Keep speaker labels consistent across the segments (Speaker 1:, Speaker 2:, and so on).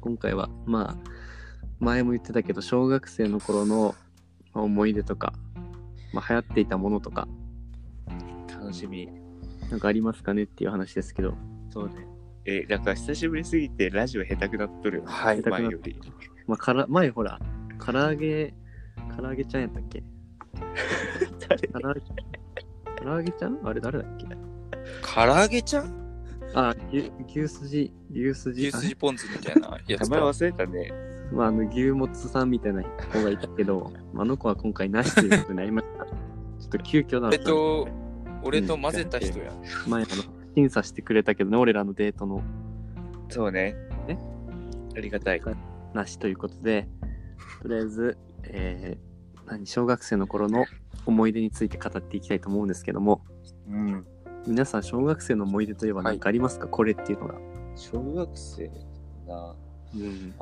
Speaker 1: 今回はまあ前も言ってたけど小学生の頃のまあ思い出とか、まあ、流行っていたものとか
Speaker 2: 楽しみ。
Speaker 1: なんかありますかねっていう話ですけど
Speaker 2: そうね。え、なんか久しぶりすぎてラジオ下手くなっとるよね。
Speaker 1: はい
Speaker 2: 前より。
Speaker 1: まあ、から前ほら、唐揚げ、唐揚げちゃんやったっけ
Speaker 2: 誰
Speaker 1: 唐揚げ唐揚げちゃんあれ誰だっけ
Speaker 3: 唐揚げちゃん
Speaker 1: あ、牛牛すじ、牛すじ
Speaker 3: 牛、すじポン酢みたいなや
Speaker 2: 名
Speaker 3: つ
Speaker 2: 前
Speaker 3: だ。
Speaker 2: 忘れたね。
Speaker 1: あまあ、あの牛もつさんみたいな子がいたけど、 まああの子は今回なしということになりました。ちょっと急遽なの
Speaker 3: 俺と、俺と混ぜた人や。
Speaker 1: 前あの審査してくれたけどね、俺らのデートの
Speaker 2: そうね。
Speaker 1: え
Speaker 2: ありがたい。
Speaker 1: なしということで、とりあえず、えー何、小学生の頃の思い出について語っていきたいと思うんですけども、
Speaker 2: うん。
Speaker 1: 皆さん小学生の思い出といえば何かありますか、これっていうのが。
Speaker 2: 小学生な。
Speaker 1: うん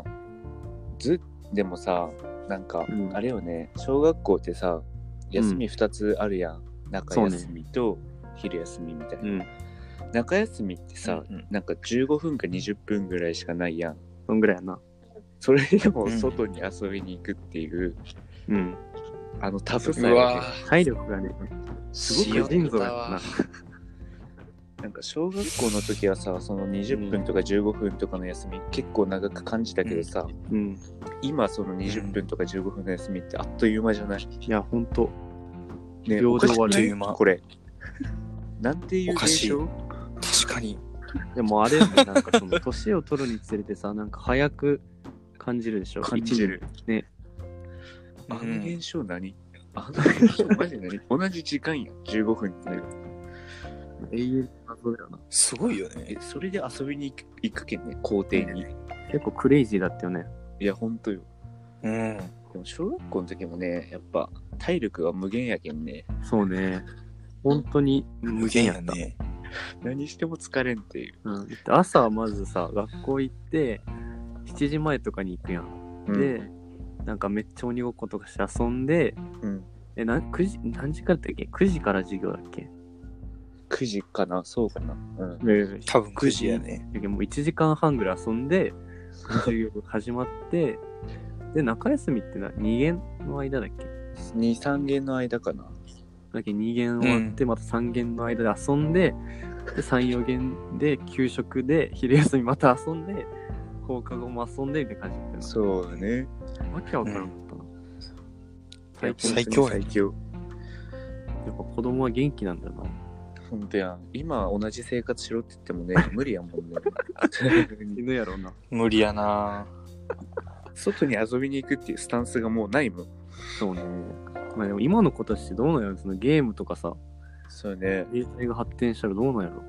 Speaker 2: ずでもさなんか
Speaker 1: うん
Speaker 2: あれよね、小学校ってさ休み2つあるやん、中
Speaker 1: そうね
Speaker 2: 休みと昼休みみたいな、
Speaker 1: うん。
Speaker 2: 中休みってさ、
Speaker 3: うん
Speaker 2: なんか15分か20分ぐらいしかないやん
Speaker 1: そんぐらいやな。
Speaker 2: それでも
Speaker 3: うん
Speaker 2: 外に遊びに行くっていう、
Speaker 1: うん。
Speaker 2: あのタフさや
Speaker 3: うわ
Speaker 2: ね
Speaker 1: 体力がね、すごく人造やな。
Speaker 2: なんか小学校の時はさその20分とか15分とかの休み結構長く感じたけどさ、
Speaker 1: うん。
Speaker 2: 今その20分とか15分の休みってあっという間じゃない、
Speaker 1: いや、ほんと。
Speaker 2: ね
Speaker 1: 秒で終
Speaker 3: あ
Speaker 1: わ
Speaker 3: っ
Speaker 1: る
Speaker 3: という間。
Speaker 2: これなんていう
Speaker 3: おかし
Speaker 2: 現
Speaker 3: い
Speaker 2: 象
Speaker 3: 確かに。
Speaker 1: でもあれよね、なんかその、年を取るにつれてさ、なんか早く感じるでしょ。
Speaker 2: 感じる。
Speaker 1: ね。
Speaker 2: あ
Speaker 3: う
Speaker 2: の
Speaker 3: ん
Speaker 2: 現象何、あの現象マジ何同じ時間やん。15分ってなる。
Speaker 1: 一年永遠の謎だよな。
Speaker 3: すごいよ
Speaker 2: え
Speaker 3: ね。、
Speaker 2: それで遊びに行く行くけんね、校庭に。
Speaker 1: 結構クレイジーだったよね。
Speaker 2: いや、ほんとよ。
Speaker 3: うん。
Speaker 2: でも小学校の時もね、やっぱ体力が無限やけんね。
Speaker 1: そうね。本当に
Speaker 3: 無限やね。
Speaker 2: 何しても疲れんっていう。
Speaker 1: うん。で朝はまずさ、学校行って、7時前とかに行くやん。で、なんかめっちゃ鬼ごっことかして遊んで、
Speaker 2: うん、
Speaker 1: え、な9時、何時からだっけ ?9 時から授業だっけ
Speaker 2: 9時かな、そうかな。うん。
Speaker 3: 多分9時やね。
Speaker 1: だけどもう1時間半ぐらい遊んで、授業が始まって、で、中休みってな、2限の間だっけ
Speaker 2: 2、3限の間かな。
Speaker 1: だっけ2限終わって、また3限の間で遊んで、で、3、4限で給食で、昼休みまた遊んで、放課後も遊んでみたいな感じだった
Speaker 2: そうね。
Speaker 1: よな。わけわからんかったな。最近、や
Speaker 3: 最強や
Speaker 2: 最強。
Speaker 1: っぱ子供は元気なんだよな。
Speaker 2: ほんとやん。今同じ生活しろって言ってもね、 無理やもんね。
Speaker 1: 犬やろうな。
Speaker 3: 無理やな。
Speaker 2: 外に遊びに行くっていうスタンスがもうないもん。
Speaker 1: そうね。まあでも今の子たちってどうなんやろそのゲームとかさ、
Speaker 2: そうね。
Speaker 1: 携帯が発展したらどうなんやろ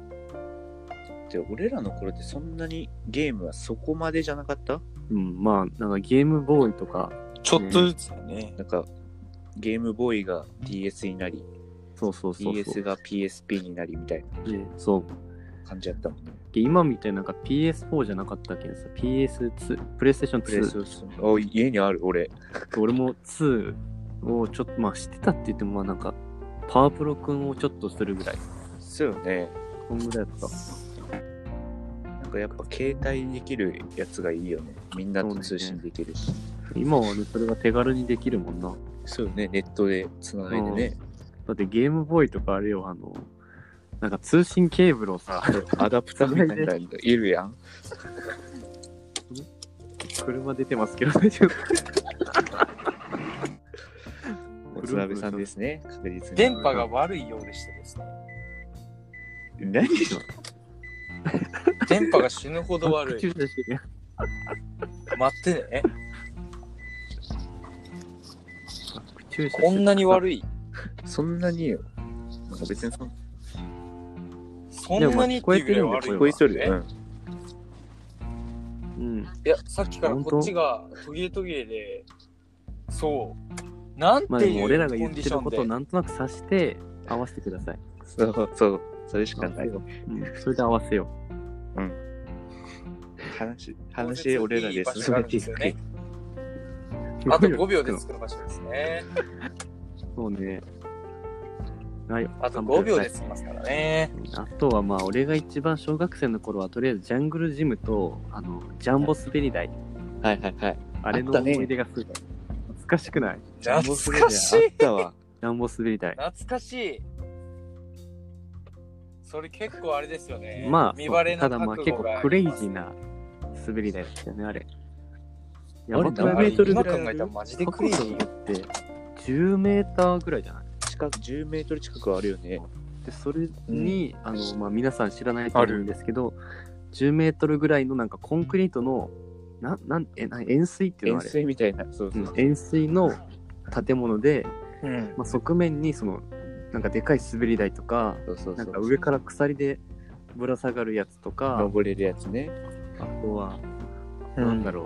Speaker 2: で俺らの頃ってそんなにゲームはそこまでじゃなかった
Speaker 1: うん、まあ、なんかゲームボーイとか、
Speaker 3: ちょっとずつやね。
Speaker 2: なんかゲームボーイが DS になり
Speaker 1: そうそうそうそう。
Speaker 2: DS が PSP になりみたい
Speaker 1: ねそう。
Speaker 2: な感じだったもんね。
Speaker 1: で今みたいななんか PS4 じゃなかったっけんさ、PS2、プレイステーション
Speaker 2: プレ
Speaker 1: 2
Speaker 2: スお家にある俺。
Speaker 1: 俺も2をちょっと、まあ知ってたって言っても、まあなんか、パワープロ君をちょっとするぐらい。
Speaker 2: そうよね。
Speaker 1: こんぐらいだった。
Speaker 2: なんかやっぱ携帯できるやつがいいよね。みんなと通信できるし。
Speaker 1: 今はね、それが手軽にできるもんな。
Speaker 2: そうよね。ネットでつないでね。
Speaker 1: だってゲームボーイとかあれよ、あの、なんか通信ケーブルをさ、
Speaker 2: アダプターみたいなのいるやん。
Speaker 1: 車出てますけど大丈夫。
Speaker 2: 渡辺さんですね。確実に。
Speaker 3: 電波が悪いようでしてですね。
Speaker 2: 何
Speaker 3: 電波が死ぬほど 悪
Speaker 1: 駐
Speaker 3: い。
Speaker 1: 車してるやん
Speaker 3: 待ってね。
Speaker 1: 駐車してる
Speaker 3: こんなに悪い。
Speaker 2: そんなによ。なんか別にそん
Speaker 3: そんなにっていうぐらい悪いわ。
Speaker 1: 聞こえ
Speaker 2: 一人で。うん
Speaker 1: うん。
Speaker 3: いや、さっきからこっちが途切れ途切れで、そう。なんて
Speaker 1: まあで
Speaker 3: い
Speaker 1: も
Speaker 3: う
Speaker 1: 俺らが
Speaker 3: コ
Speaker 1: 言っ
Speaker 3: ンデ
Speaker 1: て
Speaker 3: ィシ
Speaker 1: る
Speaker 3: ョン
Speaker 1: ことを
Speaker 3: で。
Speaker 1: なんとなく察して合わせてください。
Speaker 2: そうそう、それしかない。
Speaker 1: うん、それで合わせよ
Speaker 2: 話、話、俺らで進めていくけ
Speaker 1: う。
Speaker 2: ど。
Speaker 3: あと5秒で着く場所ですね。
Speaker 1: そうね。はい、
Speaker 3: あと5秒で
Speaker 1: 散
Speaker 3: 済ますからね。
Speaker 1: 歩はいあとはまあ俺が一番小学生の頃はとりあえずジャングルジムとあのジャンボ滑り台
Speaker 2: はいはいはい。
Speaker 1: あれの
Speaker 2: あった
Speaker 1: 思
Speaker 2: ね
Speaker 1: い出がすごい懐かしくない
Speaker 3: 懐かしい
Speaker 2: あったわ。
Speaker 1: ジャンボ滑り台
Speaker 3: 懐かしいそれ結構あれですよね。
Speaker 1: まあ
Speaker 3: 見バレ
Speaker 1: た
Speaker 3: な
Speaker 1: だまあ
Speaker 3: 覚
Speaker 1: 結構
Speaker 3: 悟があります
Speaker 1: クレイジーな滑り台だったよねあれやばく
Speaker 2: あれ
Speaker 1: な
Speaker 2: 何メ
Speaker 1: い
Speaker 2: ートル
Speaker 3: 今
Speaker 2: ぐ
Speaker 3: 考
Speaker 2: らいある
Speaker 3: えたらマジで
Speaker 1: 過
Speaker 3: ク
Speaker 1: 去
Speaker 3: レイジ
Speaker 1: に
Speaker 3: ー
Speaker 1: よって10メーターぐらいじゃない
Speaker 2: 近く10メートル近くあるよね。
Speaker 1: でそれに、あのまあ、皆さん知らないと思うんですけど10メートルぐらいのなんかコンクリートのななんえな円錐っていうの
Speaker 2: 円
Speaker 1: はあれ
Speaker 2: 錐みたいな。そうそううん
Speaker 1: 円錐の建物で、
Speaker 3: うん
Speaker 1: まあ、側面にそのなんかでかい滑り台とか
Speaker 2: そうそうそ
Speaker 1: なん
Speaker 2: う
Speaker 1: か上から鎖でぶら下がるやつとか
Speaker 2: 登れるやつね。
Speaker 1: あとはなんだろう、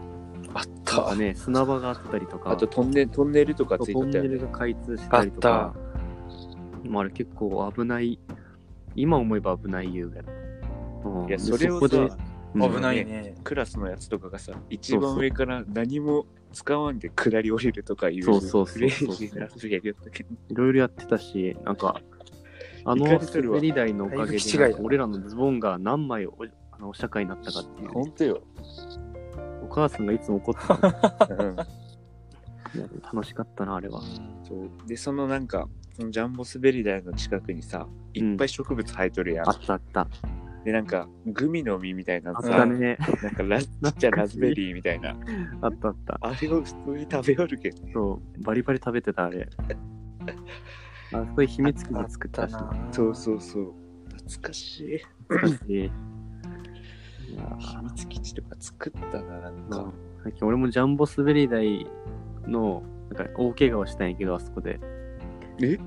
Speaker 3: あっ
Speaker 1: なんか
Speaker 3: た。
Speaker 1: ね砂場があったりとか
Speaker 2: あとトンネル、トンネルとかつい
Speaker 1: ト
Speaker 2: て
Speaker 1: ン
Speaker 2: た
Speaker 1: ネ
Speaker 2: よ
Speaker 1: ル
Speaker 2: ね。
Speaker 1: が開通してたりとかまあ、あれ結構危ない今思えば危ない遊具やうん
Speaker 2: いや、
Speaker 1: で
Speaker 2: それ
Speaker 1: こ
Speaker 2: を
Speaker 1: で
Speaker 2: さ、
Speaker 1: うん
Speaker 3: 危ないね。
Speaker 2: クラスのやつとかがさ、一番上から何も使わんで下り降りるとかいう、
Speaker 1: そうそうそう
Speaker 2: クレイジーな遊びやりよったけど。
Speaker 1: いろいろやってたし、なんか、あ
Speaker 2: 怒
Speaker 1: の
Speaker 2: りとるわ
Speaker 1: 滑り台のおか
Speaker 3: だいぶ
Speaker 1: げ
Speaker 3: 気違
Speaker 1: で、
Speaker 3: いだ
Speaker 1: なんか俺らのズボンが何枚おあのお釈迦になったかっていう、
Speaker 2: ほんとよ。
Speaker 1: お母さんがいつも怒ってたんだ
Speaker 2: うん
Speaker 1: けど楽しかったな、あれ は。
Speaker 2: そうで、そのなんか、そのジャンボ滑り台の近くにさ、いっぱい植物生えとるやん
Speaker 1: あ。ったあった。
Speaker 2: で、なんか、グミの実みたいな
Speaker 1: あっ
Speaker 2: さ、
Speaker 1: たね。
Speaker 2: なん かラ、ちっちゃいラズベリーみたいな。
Speaker 1: あったあった。
Speaker 2: あれを普通に食べよるけどね。
Speaker 1: そう、バリバリ食べてた、あれ。あそういう秘密基地作ったし。
Speaker 2: そうそうそう。懐かしい。
Speaker 1: 懐かしい。いや
Speaker 2: 秘
Speaker 1: ー
Speaker 2: 密基地とか作ったな、なん
Speaker 1: まあ
Speaker 2: か。
Speaker 1: 最近俺もジャンボ滑り台の、なんか大怪我をしたんやけど、あそこで。
Speaker 2: え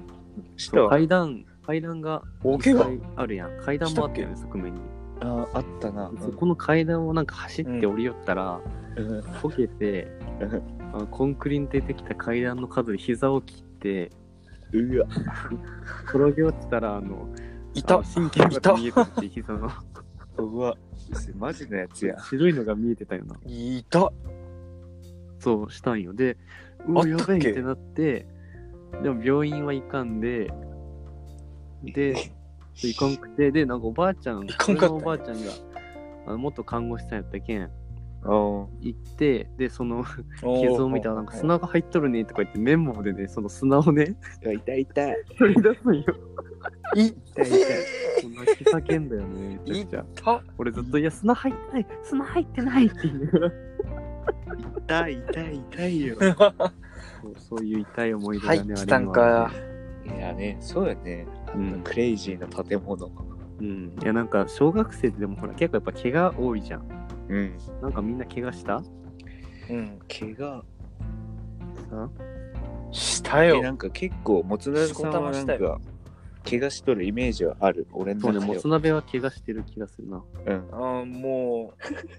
Speaker 2: したわ
Speaker 1: 階段、階段が
Speaker 3: 大
Speaker 1: い
Speaker 3: 怪
Speaker 1: っぱ
Speaker 3: 我
Speaker 1: いあるやん。階段もあったよね、側面に。
Speaker 2: ああったな。
Speaker 1: そこの階段をなんか走って降りよったら、
Speaker 2: うん
Speaker 1: こけ て、あのコンクリに出てきた階段の角で膝を切って、
Speaker 2: うわ、
Speaker 1: 転げ落ちたら、あの、
Speaker 3: い
Speaker 1: あ
Speaker 3: た
Speaker 1: の。神経が見えたっていう膝 の、
Speaker 2: うわ。マジのやつや。
Speaker 1: 白いのが見えてたよな。
Speaker 3: いた。
Speaker 1: そうしたんよ。で、うわ、
Speaker 3: あ
Speaker 1: や
Speaker 3: った
Speaker 1: べえ
Speaker 3: っ
Speaker 1: っ
Speaker 3: け
Speaker 1: てなって、でも病院は行かんで、で、行かんくて、で、なんかおばあちゃん、
Speaker 3: 行かんかっ
Speaker 1: 俺
Speaker 3: た
Speaker 1: のおばあちゃんが、あの元看護師さんやったけん、
Speaker 2: お
Speaker 1: 行って、で、その、傷を見たらなんか砂が入っとるねとか言って綿棒でねその砂をね
Speaker 2: いや、痛い痛い。
Speaker 1: 取り出すん よ
Speaker 3: いっ
Speaker 2: 痛い痛い。
Speaker 1: 泣き叫んだよねめちゃくちゃ
Speaker 3: た。
Speaker 1: 俺ずっと「いや砂入ってない砂入ってない」って言いながら
Speaker 2: 痛い痛い痛いよ。
Speaker 1: そうそういう痛い思い出が
Speaker 3: 入
Speaker 1: ね
Speaker 3: っ
Speaker 1: あ
Speaker 3: て
Speaker 1: れ
Speaker 3: た
Speaker 1: に
Speaker 3: ん
Speaker 1: はあっ。
Speaker 3: か
Speaker 1: て
Speaker 2: いやね、そうやね。あ
Speaker 1: うん
Speaker 2: のクレイジーな建物。
Speaker 1: うんいやなんか小学生ってでもほら結構やっぱ怪我多いじゃん
Speaker 2: うん。
Speaker 1: なんかみんな怪我した
Speaker 3: うん。
Speaker 2: 怪我。
Speaker 1: さ
Speaker 3: した
Speaker 2: え、
Speaker 3: よ。
Speaker 2: なんか結構、もつなべさんはなん
Speaker 3: しこたました
Speaker 2: か、怪我しとるイメージはある。俺
Speaker 1: そ
Speaker 2: の
Speaker 1: うね
Speaker 2: 中
Speaker 1: も
Speaker 2: では
Speaker 1: つ。鍋は怪我してる気がするな
Speaker 2: うん。
Speaker 3: あーも、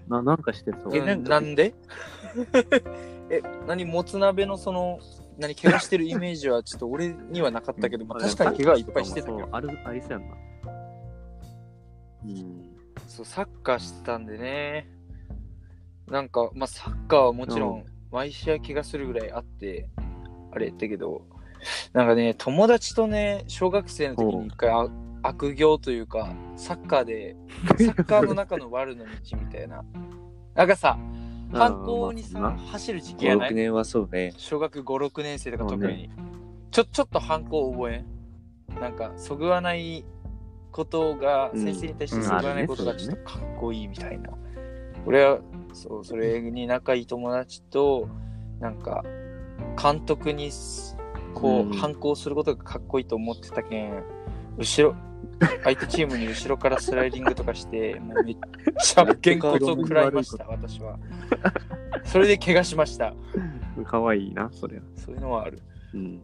Speaker 1: ななんかしてそうう
Speaker 2: え
Speaker 3: うん
Speaker 2: な
Speaker 3: なんん
Speaker 2: か
Speaker 3: で え、何、もつ鍋のその、何、怪我してるイメージはちょっと俺にはなかったけど、まあ、確かに怪我いっぱいしてたけ
Speaker 1: そう
Speaker 3: ど、
Speaker 1: あるありそうやんなうん
Speaker 3: そう、サッカーしてたんでね、なんか、まあ、サッカーはもちろ、
Speaker 1: うん
Speaker 3: 毎試合怪我するぐらいあって、あれやったけど、なんかね、友達とね、小学生の時に一回あ悪行というか、サッカー で、サッカーの中の悪の道みたいな。なんかさ、反抗に
Speaker 1: あーまあ
Speaker 3: さ、走る時期や
Speaker 2: 5、
Speaker 3: な
Speaker 2: 6
Speaker 3: い
Speaker 2: 年はそうね。
Speaker 3: 小学5、6年生とか特
Speaker 1: そう
Speaker 3: に。ちょ、ちょっと反抗覚えんなんか、そぐわないことが、
Speaker 1: うん
Speaker 3: 先生に対して
Speaker 2: うん
Speaker 3: そぐわないこと
Speaker 1: あ
Speaker 3: が
Speaker 1: るね
Speaker 3: ちょっとかっこいいみたいな。俺は、そう、それに仲いい友達と、なんか、監督にす、こ
Speaker 1: うん
Speaker 3: う、反抗することがかっこいいと思ってたけん、後ろ、相手チームに後ろからスライディングとかして、もうめっちゃげんこつを食らいました、私は。それで怪我しました。
Speaker 1: なかわいいなそれは
Speaker 3: そういうのはある。
Speaker 1: うん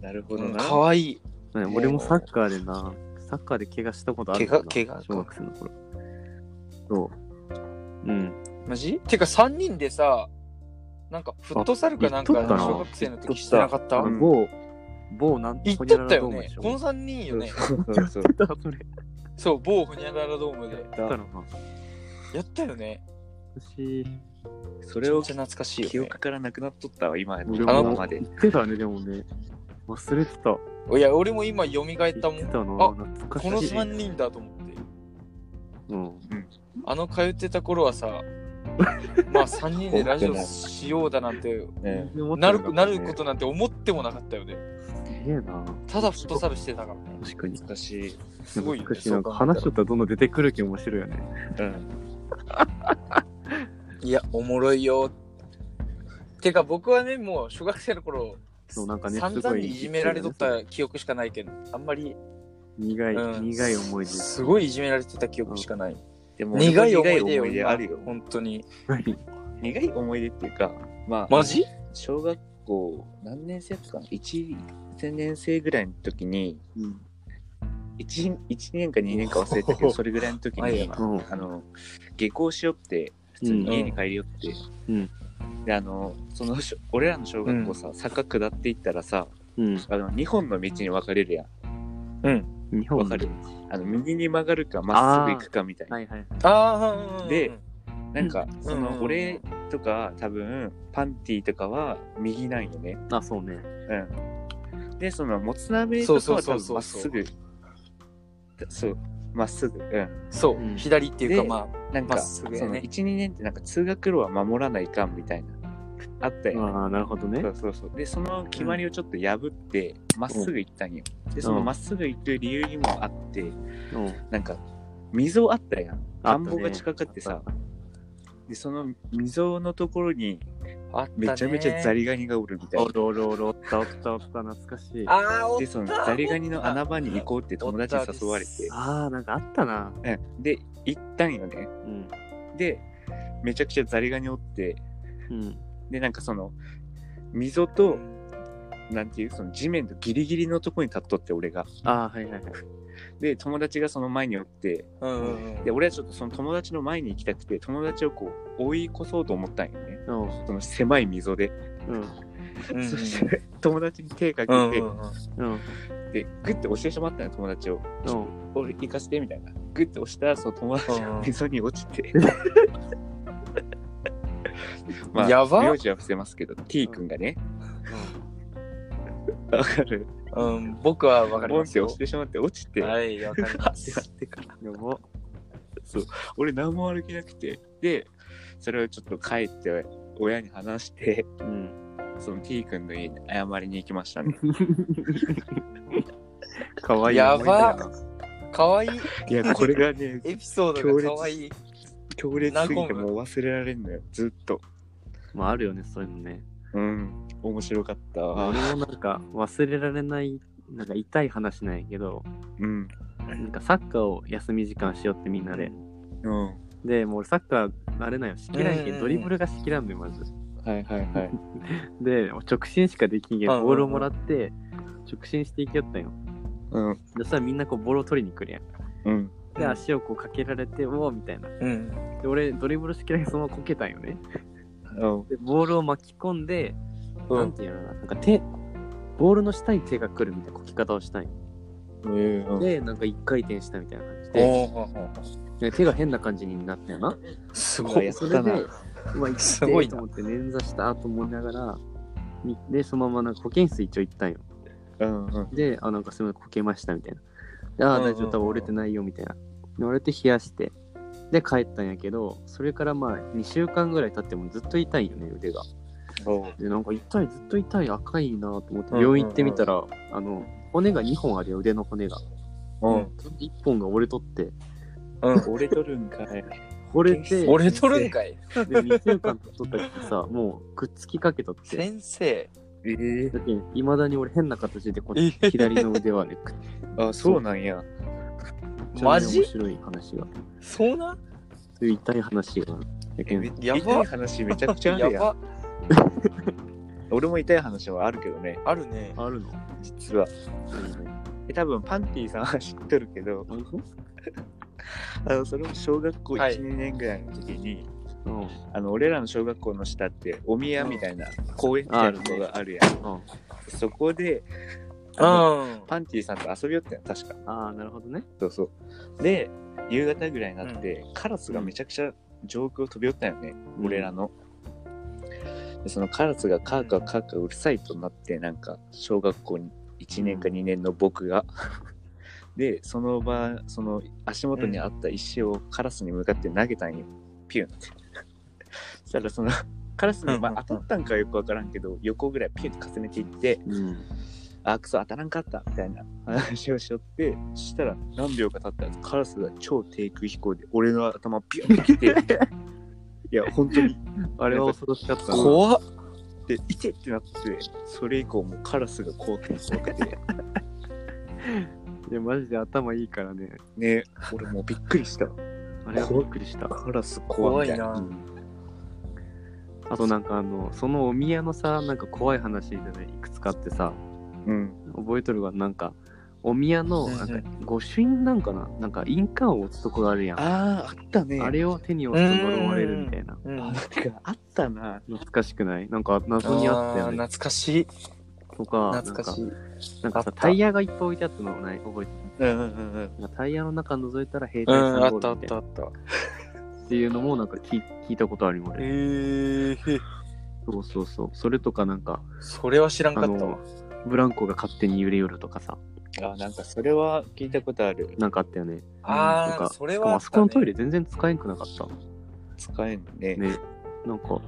Speaker 2: なるほど
Speaker 3: うん
Speaker 2: な。
Speaker 3: かわいい。
Speaker 1: ね
Speaker 2: ね
Speaker 1: 俺もサッカーでな、サッカーで怪我したことあるな
Speaker 3: 怪我怪我
Speaker 1: 小学生の頃。そう。うん。
Speaker 3: マジてか3人でさ、なんかフットサルかなんか
Speaker 1: あ行っとったな
Speaker 3: 小学生の時してなかった
Speaker 2: 行うんっ
Speaker 1: 某、某なん
Speaker 3: 行っ
Speaker 1: ほにゃ
Speaker 3: と
Speaker 1: ら
Speaker 3: った
Speaker 1: ら
Speaker 3: よ
Speaker 1: ドームで
Speaker 3: ね
Speaker 1: し。ょ
Speaker 3: この3人よね。
Speaker 2: そうそう。
Speaker 1: 行ったそれ。
Speaker 3: そう、某ホニャララドームで。
Speaker 1: 行 ったのな。
Speaker 3: やったよね。
Speaker 1: 私、
Speaker 2: そ
Speaker 3: こ
Speaker 2: れ
Speaker 3: れを
Speaker 2: を
Speaker 3: 懐かしい
Speaker 2: 記
Speaker 3: よね
Speaker 2: 憶。からなくなっとったわ、今や
Speaker 1: 俺
Speaker 3: も
Speaker 2: 今まで
Speaker 1: 行。ってたね、でもね。忘れてた。
Speaker 3: いや、俺も今蘇ったも
Speaker 1: 言っ
Speaker 3: ん。
Speaker 1: て
Speaker 3: こ
Speaker 1: た
Speaker 3: あ
Speaker 1: の懐かしい。
Speaker 3: の3人だと思って。
Speaker 1: うん。
Speaker 3: あの通ってた頃はさ、 まあ3人でラジオしようだなんて、
Speaker 2: ね
Speaker 3: なるなることなんて思ってもなかったよね。
Speaker 1: すげえな。
Speaker 3: ただフットサルしてたからね。
Speaker 1: 確かに。
Speaker 2: 難しい。
Speaker 3: すごいよ
Speaker 1: 難
Speaker 3: ね。
Speaker 1: しい。なんか話しとったらどんどん出てくる気面白いよね。
Speaker 2: うん。
Speaker 3: いや、おもろいよ。てか僕はね、もう小学生の頃、
Speaker 1: そうなんかね
Speaker 3: 散
Speaker 1: すご
Speaker 3: 々
Speaker 1: い
Speaker 3: にいじめられとった記憶しかないけど、あんまり、
Speaker 1: 苦い、
Speaker 3: うん
Speaker 1: 苦い思い出。
Speaker 3: すごいいじめられてた記憶しかない。
Speaker 2: でも
Speaker 3: 苦い思
Speaker 2: 俺
Speaker 3: い
Speaker 2: も
Speaker 3: 出よ、
Speaker 2: 出
Speaker 3: 今
Speaker 2: あるよ。
Speaker 3: 本当に。
Speaker 1: 何
Speaker 2: 苦い思い出っていうか、まあ、
Speaker 3: マジ
Speaker 2: 小学校何年生だったかな ?1、1年生ぐらいの時に、
Speaker 1: うん。
Speaker 2: 1, 一年か2年か忘れたけど、それぐらいの時
Speaker 3: 前や
Speaker 2: に
Speaker 3: な、
Speaker 1: うん。
Speaker 2: あの、下校しよって、普通に家に帰りよって、
Speaker 1: うん
Speaker 2: で、あの、その、しょ俺らの小学校さ、坂下っていったらさ、
Speaker 1: うん。
Speaker 2: あの、2本の道に分かれるやん。
Speaker 3: うん。
Speaker 1: 日本
Speaker 2: わかるあの、右に曲がるか、まっすぐ行くかみたいな。
Speaker 1: はいはい。
Speaker 3: ああ、
Speaker 2: で
Speaker 3: うん
Speaker 2: なんか、そ
Speaker 3: うんうんうん
Speaker 2: の、俺とか、多分、パンティとかは右なんよね。
Speaker 1: あ、そうね。
Speaker 2: うん。で、その、もつ鍋とかは
Speaker 3: そ
Speaker 2: 多分
Speaker 3: うそうそ
Speaker 2: ま
Speaker 3: う
Speaker 2: っ
Speaker 3: そう
Speaker 2: すぐ。そう、まっすぐ。うん。
Speaker 3: そう、
Speaker 1: うん
Speaker 3: 左っていうか、
Speaker 2: で
Speaker 3: ま
Speaker 2: なんか、
Speaker 3: まっす
Speaker 2: そ
Speaker 3: ぐ
Speaker 2: の、
Speaker 3: やね
Speaker 2: 1、2年ってなんか通学路は守らないかんみたいな。あったよね。
Speaker 1: ああ、なるほどね
Speaker 2: そ。うそうそう。で、その決まりをちょっと破って、まっすぐ行ったんよ。で、その
Speaker 1: うん
Speaker 2: まっすぐ行く理由にもあって、
Speaker 1: うん。
Speaker 2: なんか、溝あったやん。
Speaker 1: あ
Speaker 2: 田
Speaker 1: ったね
Speaker 2: んぼが近かってさ。で、その溝のところに、
Speaker 3: あ、あったね。
Speaker 2: めちゃめちゃザリガニがおるみたい
Speaker 1: お
Speaker 2: な。
Speaker 1: ろおろおろ、おったおったおった、懐かしい。あ
Speaker 3: ああ、おっ
Speaker 2: で、そのザリガニの穴場に行こうって友達に誘われて、
Speaker 1: あー、なんかあったな。
Speaker 2: うんで、行ったんよね。
Speaker 1: うん。
Speaker 2: で、めちゃくちゃザリガニおって、
Speaker 1: うん。
Speaker 2: で、なんかその、溝と、なんていう、その地面とギリギリのとこに立っとって、俺が。
Speaker 1: ああ、はいはいはい。
Speaker 2: で、友達がその前におって、
Speaker 3: うんうん
Speaker 2: で、
Speaker 3: うん。
Speaker 2: 俺はちょっとその友達の前に行きたくて、友達をこう、追い越そうと思ったんよね。
Speaker 1: うん。
Speaker 2: その狭い溝で。
Speaker 1: うん。
Speaker 3: うん
Speaker 2: そして、友達に手かけ
Speaker 3: うんうん
Speaker 2: て、
Speaker 3: うん
Speaker 1: うん。
Speaker 2: で、グッて押してしまったの、友達を。
Speaker 1: うん。
Speaker 2: 俺、行かせて、みたいな。グッて押したら、その友達
Speaker 3: うんう
Speaker 2: が
Speaker 3: ん
Speaker 2: 溝に落ち て。
Speaker 3: やば
Speaker 2: 名字は伏せますけど、T 君がね、 わかる。
Speaker 3: うん、僕はわかり
Speaker 2: ボン
Speaker 3: ま
Speaker 2: っ
Speaker 3: す
Speaker 2: て
Speaker 3: よ
Speaker 2: 押し。てしまって落ちて、
Speaker 3: はい、わかり
Speaker 2: パ
Speaker 3: ま
Speaker 2: ッてなっ
Speaker 3: す。
Speaker 2: てから、
Speaker 1: やば。
Speaker 2: 俺何も歩けなくて、で、それをちょっと帰って、親に話して、
Speaker 1: うん。
Speaker 2: その T 君の家に謝りに行きましたね。
Speaker 1: かわいい。
Speaker 3: やばかわいい
Speaker 2: いや、これ がね、
Speaker 3: エピソードがかわいい。
Speaker 2: 強烈すぎてもう忘れられんのよ、ずっと。
Speaker 1: まあ、あるよね、そういうのね。
Speaker 2: うん、面白かった。
Speaker 1: 俺もなんか忘れられない、なんか痛い話なんやけど、
Speaker 2: うん。
Speaker 1: なんかサッカーを休み時間しよってみんなで。
Speaker 2: うん。
Speaker 1: で、もう俺サッカー慣れないよ。しきらん
Speaker 3: うん
Speaker 1: け、
Speaker 3: うんうんん
Speaker 1: ドリブルがしきらんで、まず。
Speaker 2: はいはいはい。
Speaker 1: で、もう直進しかできんけ
Speaker 3: うんうん
Speaker 1: ん、
Speaker 3: うん
Speaker 1: ボールをもらって、直進していきよったんよ。
Speaker 2: うん。
Speaker 1: そしたらみんなこうボールを取りに来るやん。
Speaker 2: うん。
Speaker 1: で、足をこうかけられて、おおみたいな。
Speaker 3: うん。
Speaker 1: で、俺、ドリブルしきらんけんそのままこけたんよね。
Speaker 2: うん。
Speaker 1: で、ボールを巻き込んで、
Speaker 3: うん
Speaker 1: なんていうのかな、なんか手、ボールの下に手が来るみたいなこき方をしたんよ。
Speaker 2: うん。
Speaker 1: で、なんか一回転したみたいな感じで、
Speaker 3: おー
Speaker 1: で手が変な感じになったよな。
Speaker 3: す
Speaker 2: う
Speaker 3: ご
Speaker 2: わ
Speaker 3: い
Speaker 2: や。っ
Speaker 1: そ
Speaker 2: た
Speaker 1: れで
Speaker 2: な。、
Speaker 1: うわ、
Speaker 3: す
Speaker 1: す
Speaker 3: ご
Speaker 1: ご
Speaker 3: い
Speaker 1: い
Speaker 3: な
Speaker 1: と思って捻挫したと思いながら、にで、そのままなんか保健室一応行ったんよ。
Speaker 2: うんうん。
Speaker 1: で、あ、なんかすみません、こけましたみたいな。でああ、
Speaker 3: うんうんうん
Speaker 1: 大丈夫、多分折れてないよみたいな。で折れて冷やして、で、帰ったんやけど、それからまあ、2週間ぐらい経ってもずっと痛いんよね、腕が。
Speaker 2: そう。
Speaker 1: で、なんか痛い、ずっと痛い、赤いなと思って、
Speaker 3: うんうんうん
Speaker 1: 病院行ってみたら、あの、骨が2本あるよ、腕の骨が。
Speaker 2: うん。
Speaker 1: 1本が折れとって、
Speaker 3: うん。
Speaker 2: 折れとるんかい。
Speaker 1: 折れて、で
Speaker 3: 俺取るんかい
Speaker 1: 2週間経っとったけどさ、 もうくっつきかけとって。
Speaker 3: 先生。
Speaker 2: ええ
Speaker 1: だけいまだに俺変な形でこ
Speaker 3: えへへ
Speaker 1: う左の腕はね、くっ
Speaker 2: あ、そうなんや。
Speaker 1: ちゃ
Speaker 3: マ
Speaker 1: 面
Speaker 3: ジ
Speaker 1: 白い話が。
Speaker 3: そうな
Speaker 1: そういう痛い話が。だけ
Speaker 2: え
Speaker 1: ど
Speaker 2: めっ
Speaker 3: やば
Speaker 2: 痛い話めちゃくちゃあ
Speaker 3: や
Speaker 2: るやん。
Speaker 3: ば。
Speaker 2: 俺も痛い話はあるけどね、
Speaker 3: あるね。
Speaker 1: あるの
Speaker 2: 実は。
Speaker 1: あ
Speaker 2: え、多分パンティさんは 知っとるけど、
Speaker 1: るの
Speaker 2: あの、それも小学校1、
Speaker 3: はい
Speaker 2: 2年ぐらいの時に、
Speaker 1: うん。
Speaker 2: あの、俺らの小学校の下って、お宮みたいな公園みたいなのがあるやん。
Speaker 1: うん
Speaker 2: そこで、
Speaker 3: う
Speaker 2: あの
Speaker 3: ん。
Speaker 2: パンティさんと遊びよったんや確か。
Speaker 1: ああ、なるほどね。
Speaker 2: そうそう。で、夕方ぐらいになって、カラスがめちゃくちゃ上空を飛び寄ったよね、俺らの。でそのカラスがカーカーカーカーうるさいとなって、なんか、小学校に1年か2年の僕が でその場その足元にあった石をカラスに向かって投げたんよ、ピュンってそしたらそのカラスに、ま
Speaker 3: うんうんう
Speaker 2: あ、
Speaker 3: ん
Speaker 2: 当たったんかはよくわからんけど横ぐらいピュンって重ねていって
Speaker 1: うん。
Speaker 2: あクソ当たらんかったみたいな話をしよってそしたら何秒か経ったらカラスが超低空飛行で俺の頭ピュンって来ていや本当に
Speaker 1: あれは恐ろしかったな。
Speaker 3: 怖っ
Speaker 2: でいてってなってそれ以降もうカラスが怖くて怖くて
Speaker 1: いや、マジで頭いいからね。
Speaker 2: ね俺もうびっくりした
Speaker 1: あれはびっくりした。
Speaker 2: カラス怖いみた
Speaker 3: 怖いな
Speaker 1: あとなんかあの、そのお宮のさ、なんか怖い話じゃない、いくつかあってさ、
Speaker 2: うん
Speaker 1: 覚えとるわ、なんか、お宮の、
Speaker 3: うんう
Speaker 1: なんんか、御朱印なんかな、なんか印鑑を押すとこがあるやん。あ
Speaker 2: あああったね
Speaker 1: れを手に押すと呪われるみたいな。
Speaker 3: うん
Speaker 2: あなんかあったな
Speaker 1: 懐かしくないなんか謎にあった
Speaker 3: あー
Speaker 1: よね。
Speaker 3: 懐かしい
Speaker 1: とか、なん
Speaker 3: 懐か
Speaker 1: か
Speaker 3: し、い
Speaker 1: なんか
Speaker 3: あ
Speaker 1: さ、
Speaker 3: った
Speaker 1: タイヤがいっぱい置いてあったのない覚えて
Speaker 2: うんうんうんうん
Speaker 1: なんかタイヤの中覗いたら兵
Speaker 3: う
Speaker 1: 隊さん
Speaker 3: んあ
Speaker 1: がお
Speaker 3: っ
Speaker 1: るみた
Speaker 3: た
Speaker 1: い
Speaker 3: あ
Speaker 1: な
Speaker 3: ったあった
Speaker 1: っていうのもなんか聞聞いたことあるもん
Speaker 3: え
Speaker 1: ね。
Speaker 3: ー、
Speaker 1: そうそうそう。それとかなんか、
Speaker 3: それは知らんか
Speaker 1: あ
Speaker 3: ったわ
Speaker 1: の、ブランコが勝手に揺れよるとかさ、
Speaker 2: あなんかそれは聞いたことある
Speaker 1: なんかあったよね。
Speaker 3: あ
Speaker 1: なん
Speaker 3: あ
Speaker 1: か
Speaker 3: それ
Speaker 1: しか
Speaker 3: は
Speaker 1: も
Speaker 3: あ
Speaker 1: あ
Speaker 3: っ
Speaker 1: そこ
Speaker 3: たね
Speaker 1: のトイレ全然使えんくなかった。
Speaker 2: 使えんね
Speaker 1: ね。なんか、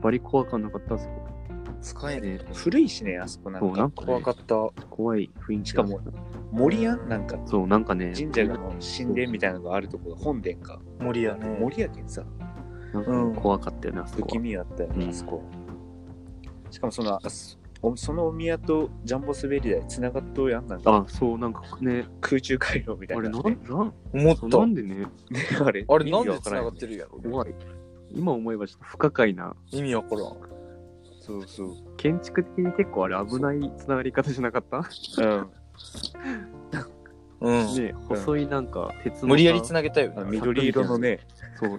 Speaker 1: バリ怖かなかったあそこ。
Speaker 3: 使えん
Speaker 1: ね。
Speaker 2: 古いしねあそこな
Speaker 1: そ
Speaker 2: ん
Speaker 1: う、な
Speaker 2: か
Speaker 1: んか、
Speaker 3: 怖
Speaker 1: ね
Speaker 3: か、った
Speaker 1: 怖い雰囲気。
Speaker 2: しかも、森やんなんか
Speaker 1: そう、なんかね、
Speaker 2: 神社がの神殿みたいなのがあるところ本殿か
Speaker 3: 森やね
Speaker 2: 森やけんさ
Speaker 1: なんか
Speaker 3: うん
Speaker 1: 怖かったよね、あそ
Speaker 2: 不
Speaker 1: こ
Speaker 2: 気
Speaker 1: は。
Speaker 2: 味やったよ
Speaker 1: う
Speaker 2: ね、
Speaker 1: ん
Speaker 2: あそこは。しかもその、あそおそのお宮とジャンボ滑り台繋がっとうやんなんか
Speaker 1: あ、そう、なんかね、
Speaker 2: 空中回廊みたい
Speaker 1: あれ、
Speaker 2: な、
Speaker 1: な
Speaker 2: ね。
Speaker 1: ん、なん、
Speaker 3: 思っ
Speaker 1: そう
Speaker 3: た
Speaker 1: なんでね、
Speaker 2: ね あれ、
Speaker 3: あれ
Speaker 2: 意
Speaker 3: なん
Speaker 2: 味
Speaker 3: で
Speaker 2: わか
Speaker 3: 繋
Speaker 2: らんよ
Speaker 3: がっ
Speaker 2: ね
Speaker 3: てるんやろ
Speaker 1: 怖い。今思えばちょっと不可解な、
Speaker 3: 意味わからん
Speaker 2: そうそう。
Speaker 1: 建築的に結構あれ危ないつながり方じゃなかった
Speaker 2: うん。
Speaker 3: うん、
Speaker 1: ね、細いなんか鉄のさ
Speaker 3: 無理やりつなげたよ
Speaker 2: あの
Speaker 3: ね
Speaker 2: 緑色のね、
Speaker 1: そう。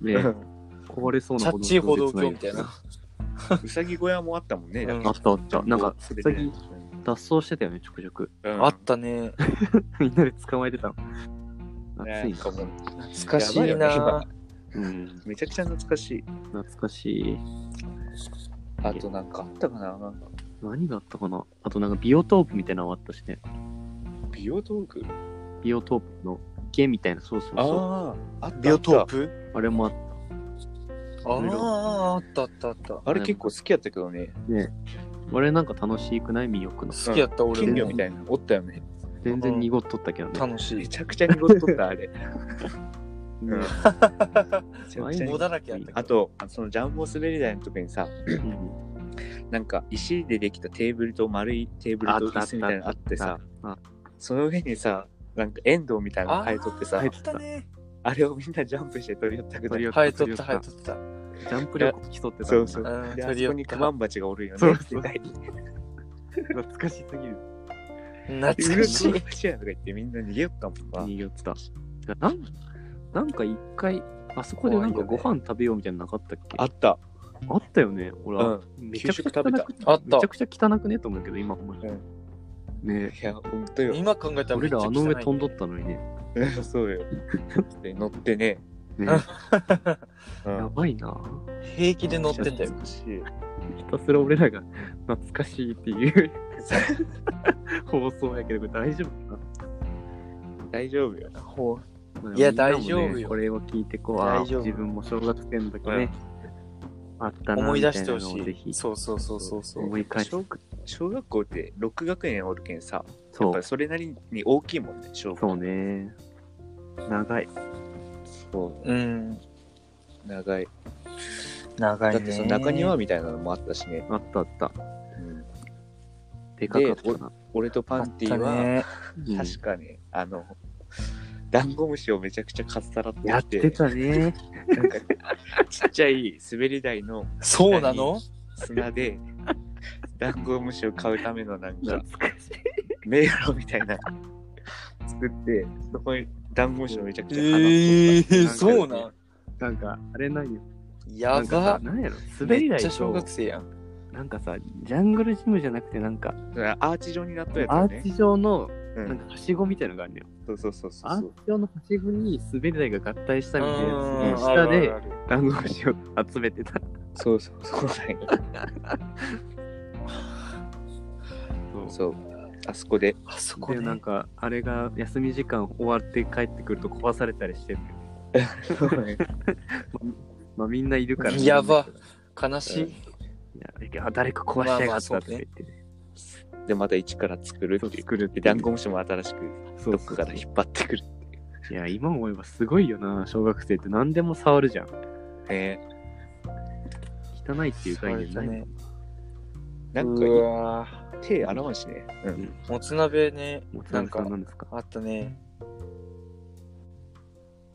Speaker 2: う
Speaker 1: ね、
Speaker 2: ん
Speaker 1: 壊れそう
Speaker 3: チ
Speaker 1: な
Speaker 3: ャッチー歩道橋みたいな。
Speaker 2: うさぎ小屋もあったもんね。
Speaker 3: うん
Speaker 1: あったあった。なんか、
Speaker 2: そ
Speaker 1: 最
Speaker 2: れで
Speaker 1: 近脱走してたよね、ちょくちょく。
Speaker 2: うん
Speaker 3: あったね。
Speaker 1: みんなで捕まえてたの。
Speaker 2: ね
Speaker 1: 暑いな
Speaker 2: かもう
Speaker 3: 懐かしい
Speaker 2: やばいよ
Speaker 3: な
Speaker 2: ね。
Speaker 1: うん、
Speaker 2: めちゃくちゃ懐かしい。
Speaker 1: 懐かしい。
Speaker 2: あとなんかあったかななんか
Speaker 1: 何があったかなあとなんかビオトープみたいなのもあったしね。
Speaker 2: 美容道具
Speaker 1: ビオトープの池みたいな、そうそうそう。
Speaker 2: ああ、あった。
Speaker 3: ビオトー
Speaker 2: プ
Speaker 3: プ
Speaker 1: あれもあった
Speaker 3: ああー、あったあったあった。
Speaker 2: あれ結構好きやったけどね。
Speaker 1: あれなんか楽しくない魅力の。
Speaker 3: 好きやった俺
Speaker 2: 金魚
Speaker 3: も
Speaker 2: み。たいなのおったよね。
Speaker 1: 全然濁っとったけどね。
Speaker 3: 楽しい
Speaker 2: め。ちゃくちゃ濁っとった、あれ。
Speaker 1: ね
Speaker 2: うん
Speaker 1: ちゃくちゃ
Speaker 3: 棒だらけやったけど。
Speaker 2: あと、あのそのジャンボ滑り台の時にさ、
Speaker 1: うん
Speaker 2: なんか石でできたテーブルと丸いテーブルと椅子みたいなのあってさ、
Speaker 1: あった
Speaker 2: その上にさ、なんかエンドウみたいなの生えとってさ、
Speaker 3: あ
Speaker 2: あ
Speaker 1: 生え
Speaker 3: っ
Speaker 1: とった
Speaker 3: たね。
Speaker 2: れをみんなジャンプして取り寄ったくな
Speaker 1: 取り
Speaker 2: い
Speaker 1: 寄
Speaker 3: 生えとった生え
Speaker 1: ジ
Speaker 3: とった。
Speaker 1: ャンプ力競ってた。。
Speaker 2: そうそう
Speaker 3: うん
Speaker 2: で、あ
Speaker 3: 取
Speaker 2: そこ
Speaker 3: り寄っ
Speaker 2: に
Speaker 3: た
Speaker 2: クマンバチがおるよね。
Speaker 1: そうそう
Speaker 2: みたいに
Speaker 1: 懐かしすぎる。
Speaker 3: 懐かし
Speaker 2: クマ
Speaker 3: い。
Speaker 2: ンバチやとか言ってみんな逃げよったもんな。
Speaker 1: 逃げった。なんなんか一回、あそこでなんかご飯食べようみたいなのなかったっけ
Speaker 2: あった。
Speaker 1: あったよね。俺、
Speaker 2: うん
Speaker 1: めちゃくちゃ汚
Speaker 2: 給食食べた
Speaker 1: く
Speaker 3: あっ
Speaker 1: め
Speaker 3: た
Speaker 1: ちゃ。くちゃ汚くねと思うけど、今思うと。
Speaker 2: うん
Speaker 1: ね
Speaker 2: いや、ほんとよ。
Speaker 3: 今考えたら
Speaker 1: 俺
Speaker 3: めっちゃ
Speaker 1: ら
Speaker 3: 汚い
Speaker 1: あの上飛んどったのにね。
Speaker 2: そうよ。で乗ってね。
Speaker 1: ね
Speaker 2: うん
Speaker 1: やばいな。
Speaker 3: 平気で乗って たよ。
Speaker 2: 懐かしい
Speaker 1: ひたすら俺らが懐かしいっていう 放送やけど、これ大丈夫か
Speaker 2: 大丈夫よ。
Speaker 3: ほう
Speaker 1: な、
Speaker 3: いや
Speaker 1: みんなもね
Speaker 3: 大丈夫よ
Speaker 1: これを聞いてこう、あ
Speaker 3: 大丈夫
Speaker 1: 自分も小学生の時ね、あったな
Speaker 3: 思い
Speaker 1: みた
Speaker 3: 出
Speaker 1: い
Speaker 3: して
Speaker 1: な
Speaker 3: ほ
Speaker 1: の
Speaker 3: し
Speaker 1: をぜ
Speaker 3: い。
Speaker 1: ひ
Speaker 3: そうそうそうそうそう
Speaker 1: 思。い返して。
Speaker 2: 小学校って6学年おるけんさ、や
Speaker 1: そ
Speaker 2: っぱ
Speaker 1: う
Speaker 2: り、それなりに大きいもんね、小学
Speaker 1: そうね。長い。
Speaker 2: 校。
Speaker 3: うん。
Speaker 2: 長い。
Speaker 3: 長い
Speaker 2: だ
Speaker 3: ね。
Speaker 2: ってその中庭みたいなのもあったしね。
Speaker 1: あったあった。
Speaker 2: うん
Speaker 1: でかかったな。
Speaker 2: 俺とパンティ
Speaker 3: あった
Speaker 2: は、
Speaker 3: ね
Speaker 1: うん
Speaker 2: 確かに、あの、ダンゴムシをめちゃくちゃかっさらって
Speaker 1: やってたね。
Speaker 2: なんかちっちゃい滑り台の
Speaker 3: そうなの
Speaker 2: 砂 で、ダンゴムシを買うためのなんか
Speaker 1: 懐、かしい。
Speaker 2: 迷路みたいな、作って、そこにダンゴムシをめちゃくちゃ放っとった
Speaker 3: ええ
Speaker 2: なんか
Speaker 3: そうなん
Speaker 1: なんか、あれなんよ。
Speaker 3: や
Speaker 1: なんかさ
Speaker 3: ば
Speaker 1: なんやろ、滑り
Speaker 3: めっ
Speaker 1: 台
Speaker 3: ちゃ小
Speaker 1: と
Speaker 3: 学、生やん。
Speaker 1: なんかさ、ジャングルジムじゃなくて、なんか、
Speaker 2: アーチ状になったやつ
Speaker 1: ア
Speaker 2: よ
Speaker 1: ー
Speaker 2: ね。
Speaker 1: チ状の、
Speaker 2: う
Speaker 1: なん
Speaker 2: ん、
Speaker 1: か、はしごみたいなのがあるのよ。
Speaker 2: そうそうそうそう
Speaker 1: アー
Speaker 2: そ
Speaker 1: チ
Speaker 2: う。
Speaker 1: 状のはしごに滑り台が合体したみたいなやつ
Speaker 3: うんあ
Speaker 1: の下
Speaker 3: るあ
Speaker 1: で
Speaker 3: るあ、る
Speaker 1: ダンゴムシを集めてた。
Speaker 2: そうそうそうなんや。
Speaker 1: そう
Speaker 2: そう。あそこで、
Speaker 3: あそこ
Speaker 1: で
Speaker 3: ね
Speaker 1: なんかあれが休み時間終わって帰ってくると壊されたりしてるんだよねまあみんないるからね、
Speaker 3: やば悲しい。
Speaker 1: いや誰か壊しやがったとか言って、ね
Speaker 2: で、また一から作る
Speaker 1: そ
Speaker 2: っ
Speaker 1: う
Speaker 2: ていう。
Speaker 1: 作るっ
Speaker 2: で、
Speaker 1: て
Speaker 2: ダンゴムシも新しく、
Speaker 1: そ
Speaker 2: ど
Speaker 1: う
Speaker 2: っかから引っ張ってくる。
Speaker 1: いや今思えばすごいよな小学生って何でも触るじゃん
Speaker 2: ね
Speaker 1: 汚いっていう概念ないもん、
Speaker 3: ね、
Speaker 2: なん
Speaker 3: う
Speaker 2: か、
Speaker 3: わ
Speaker 2: 手洗わんしね。うん。
Speaker 3: ーもつ鍋ね、
Speaker 1: もつ
Speaker 3: な
Speaker 1: 鍋
Speaker 3: ん
Speaker 1: さ
Speaker 3: か
Speaker 1: んなんですか
Speaker 3: あったね。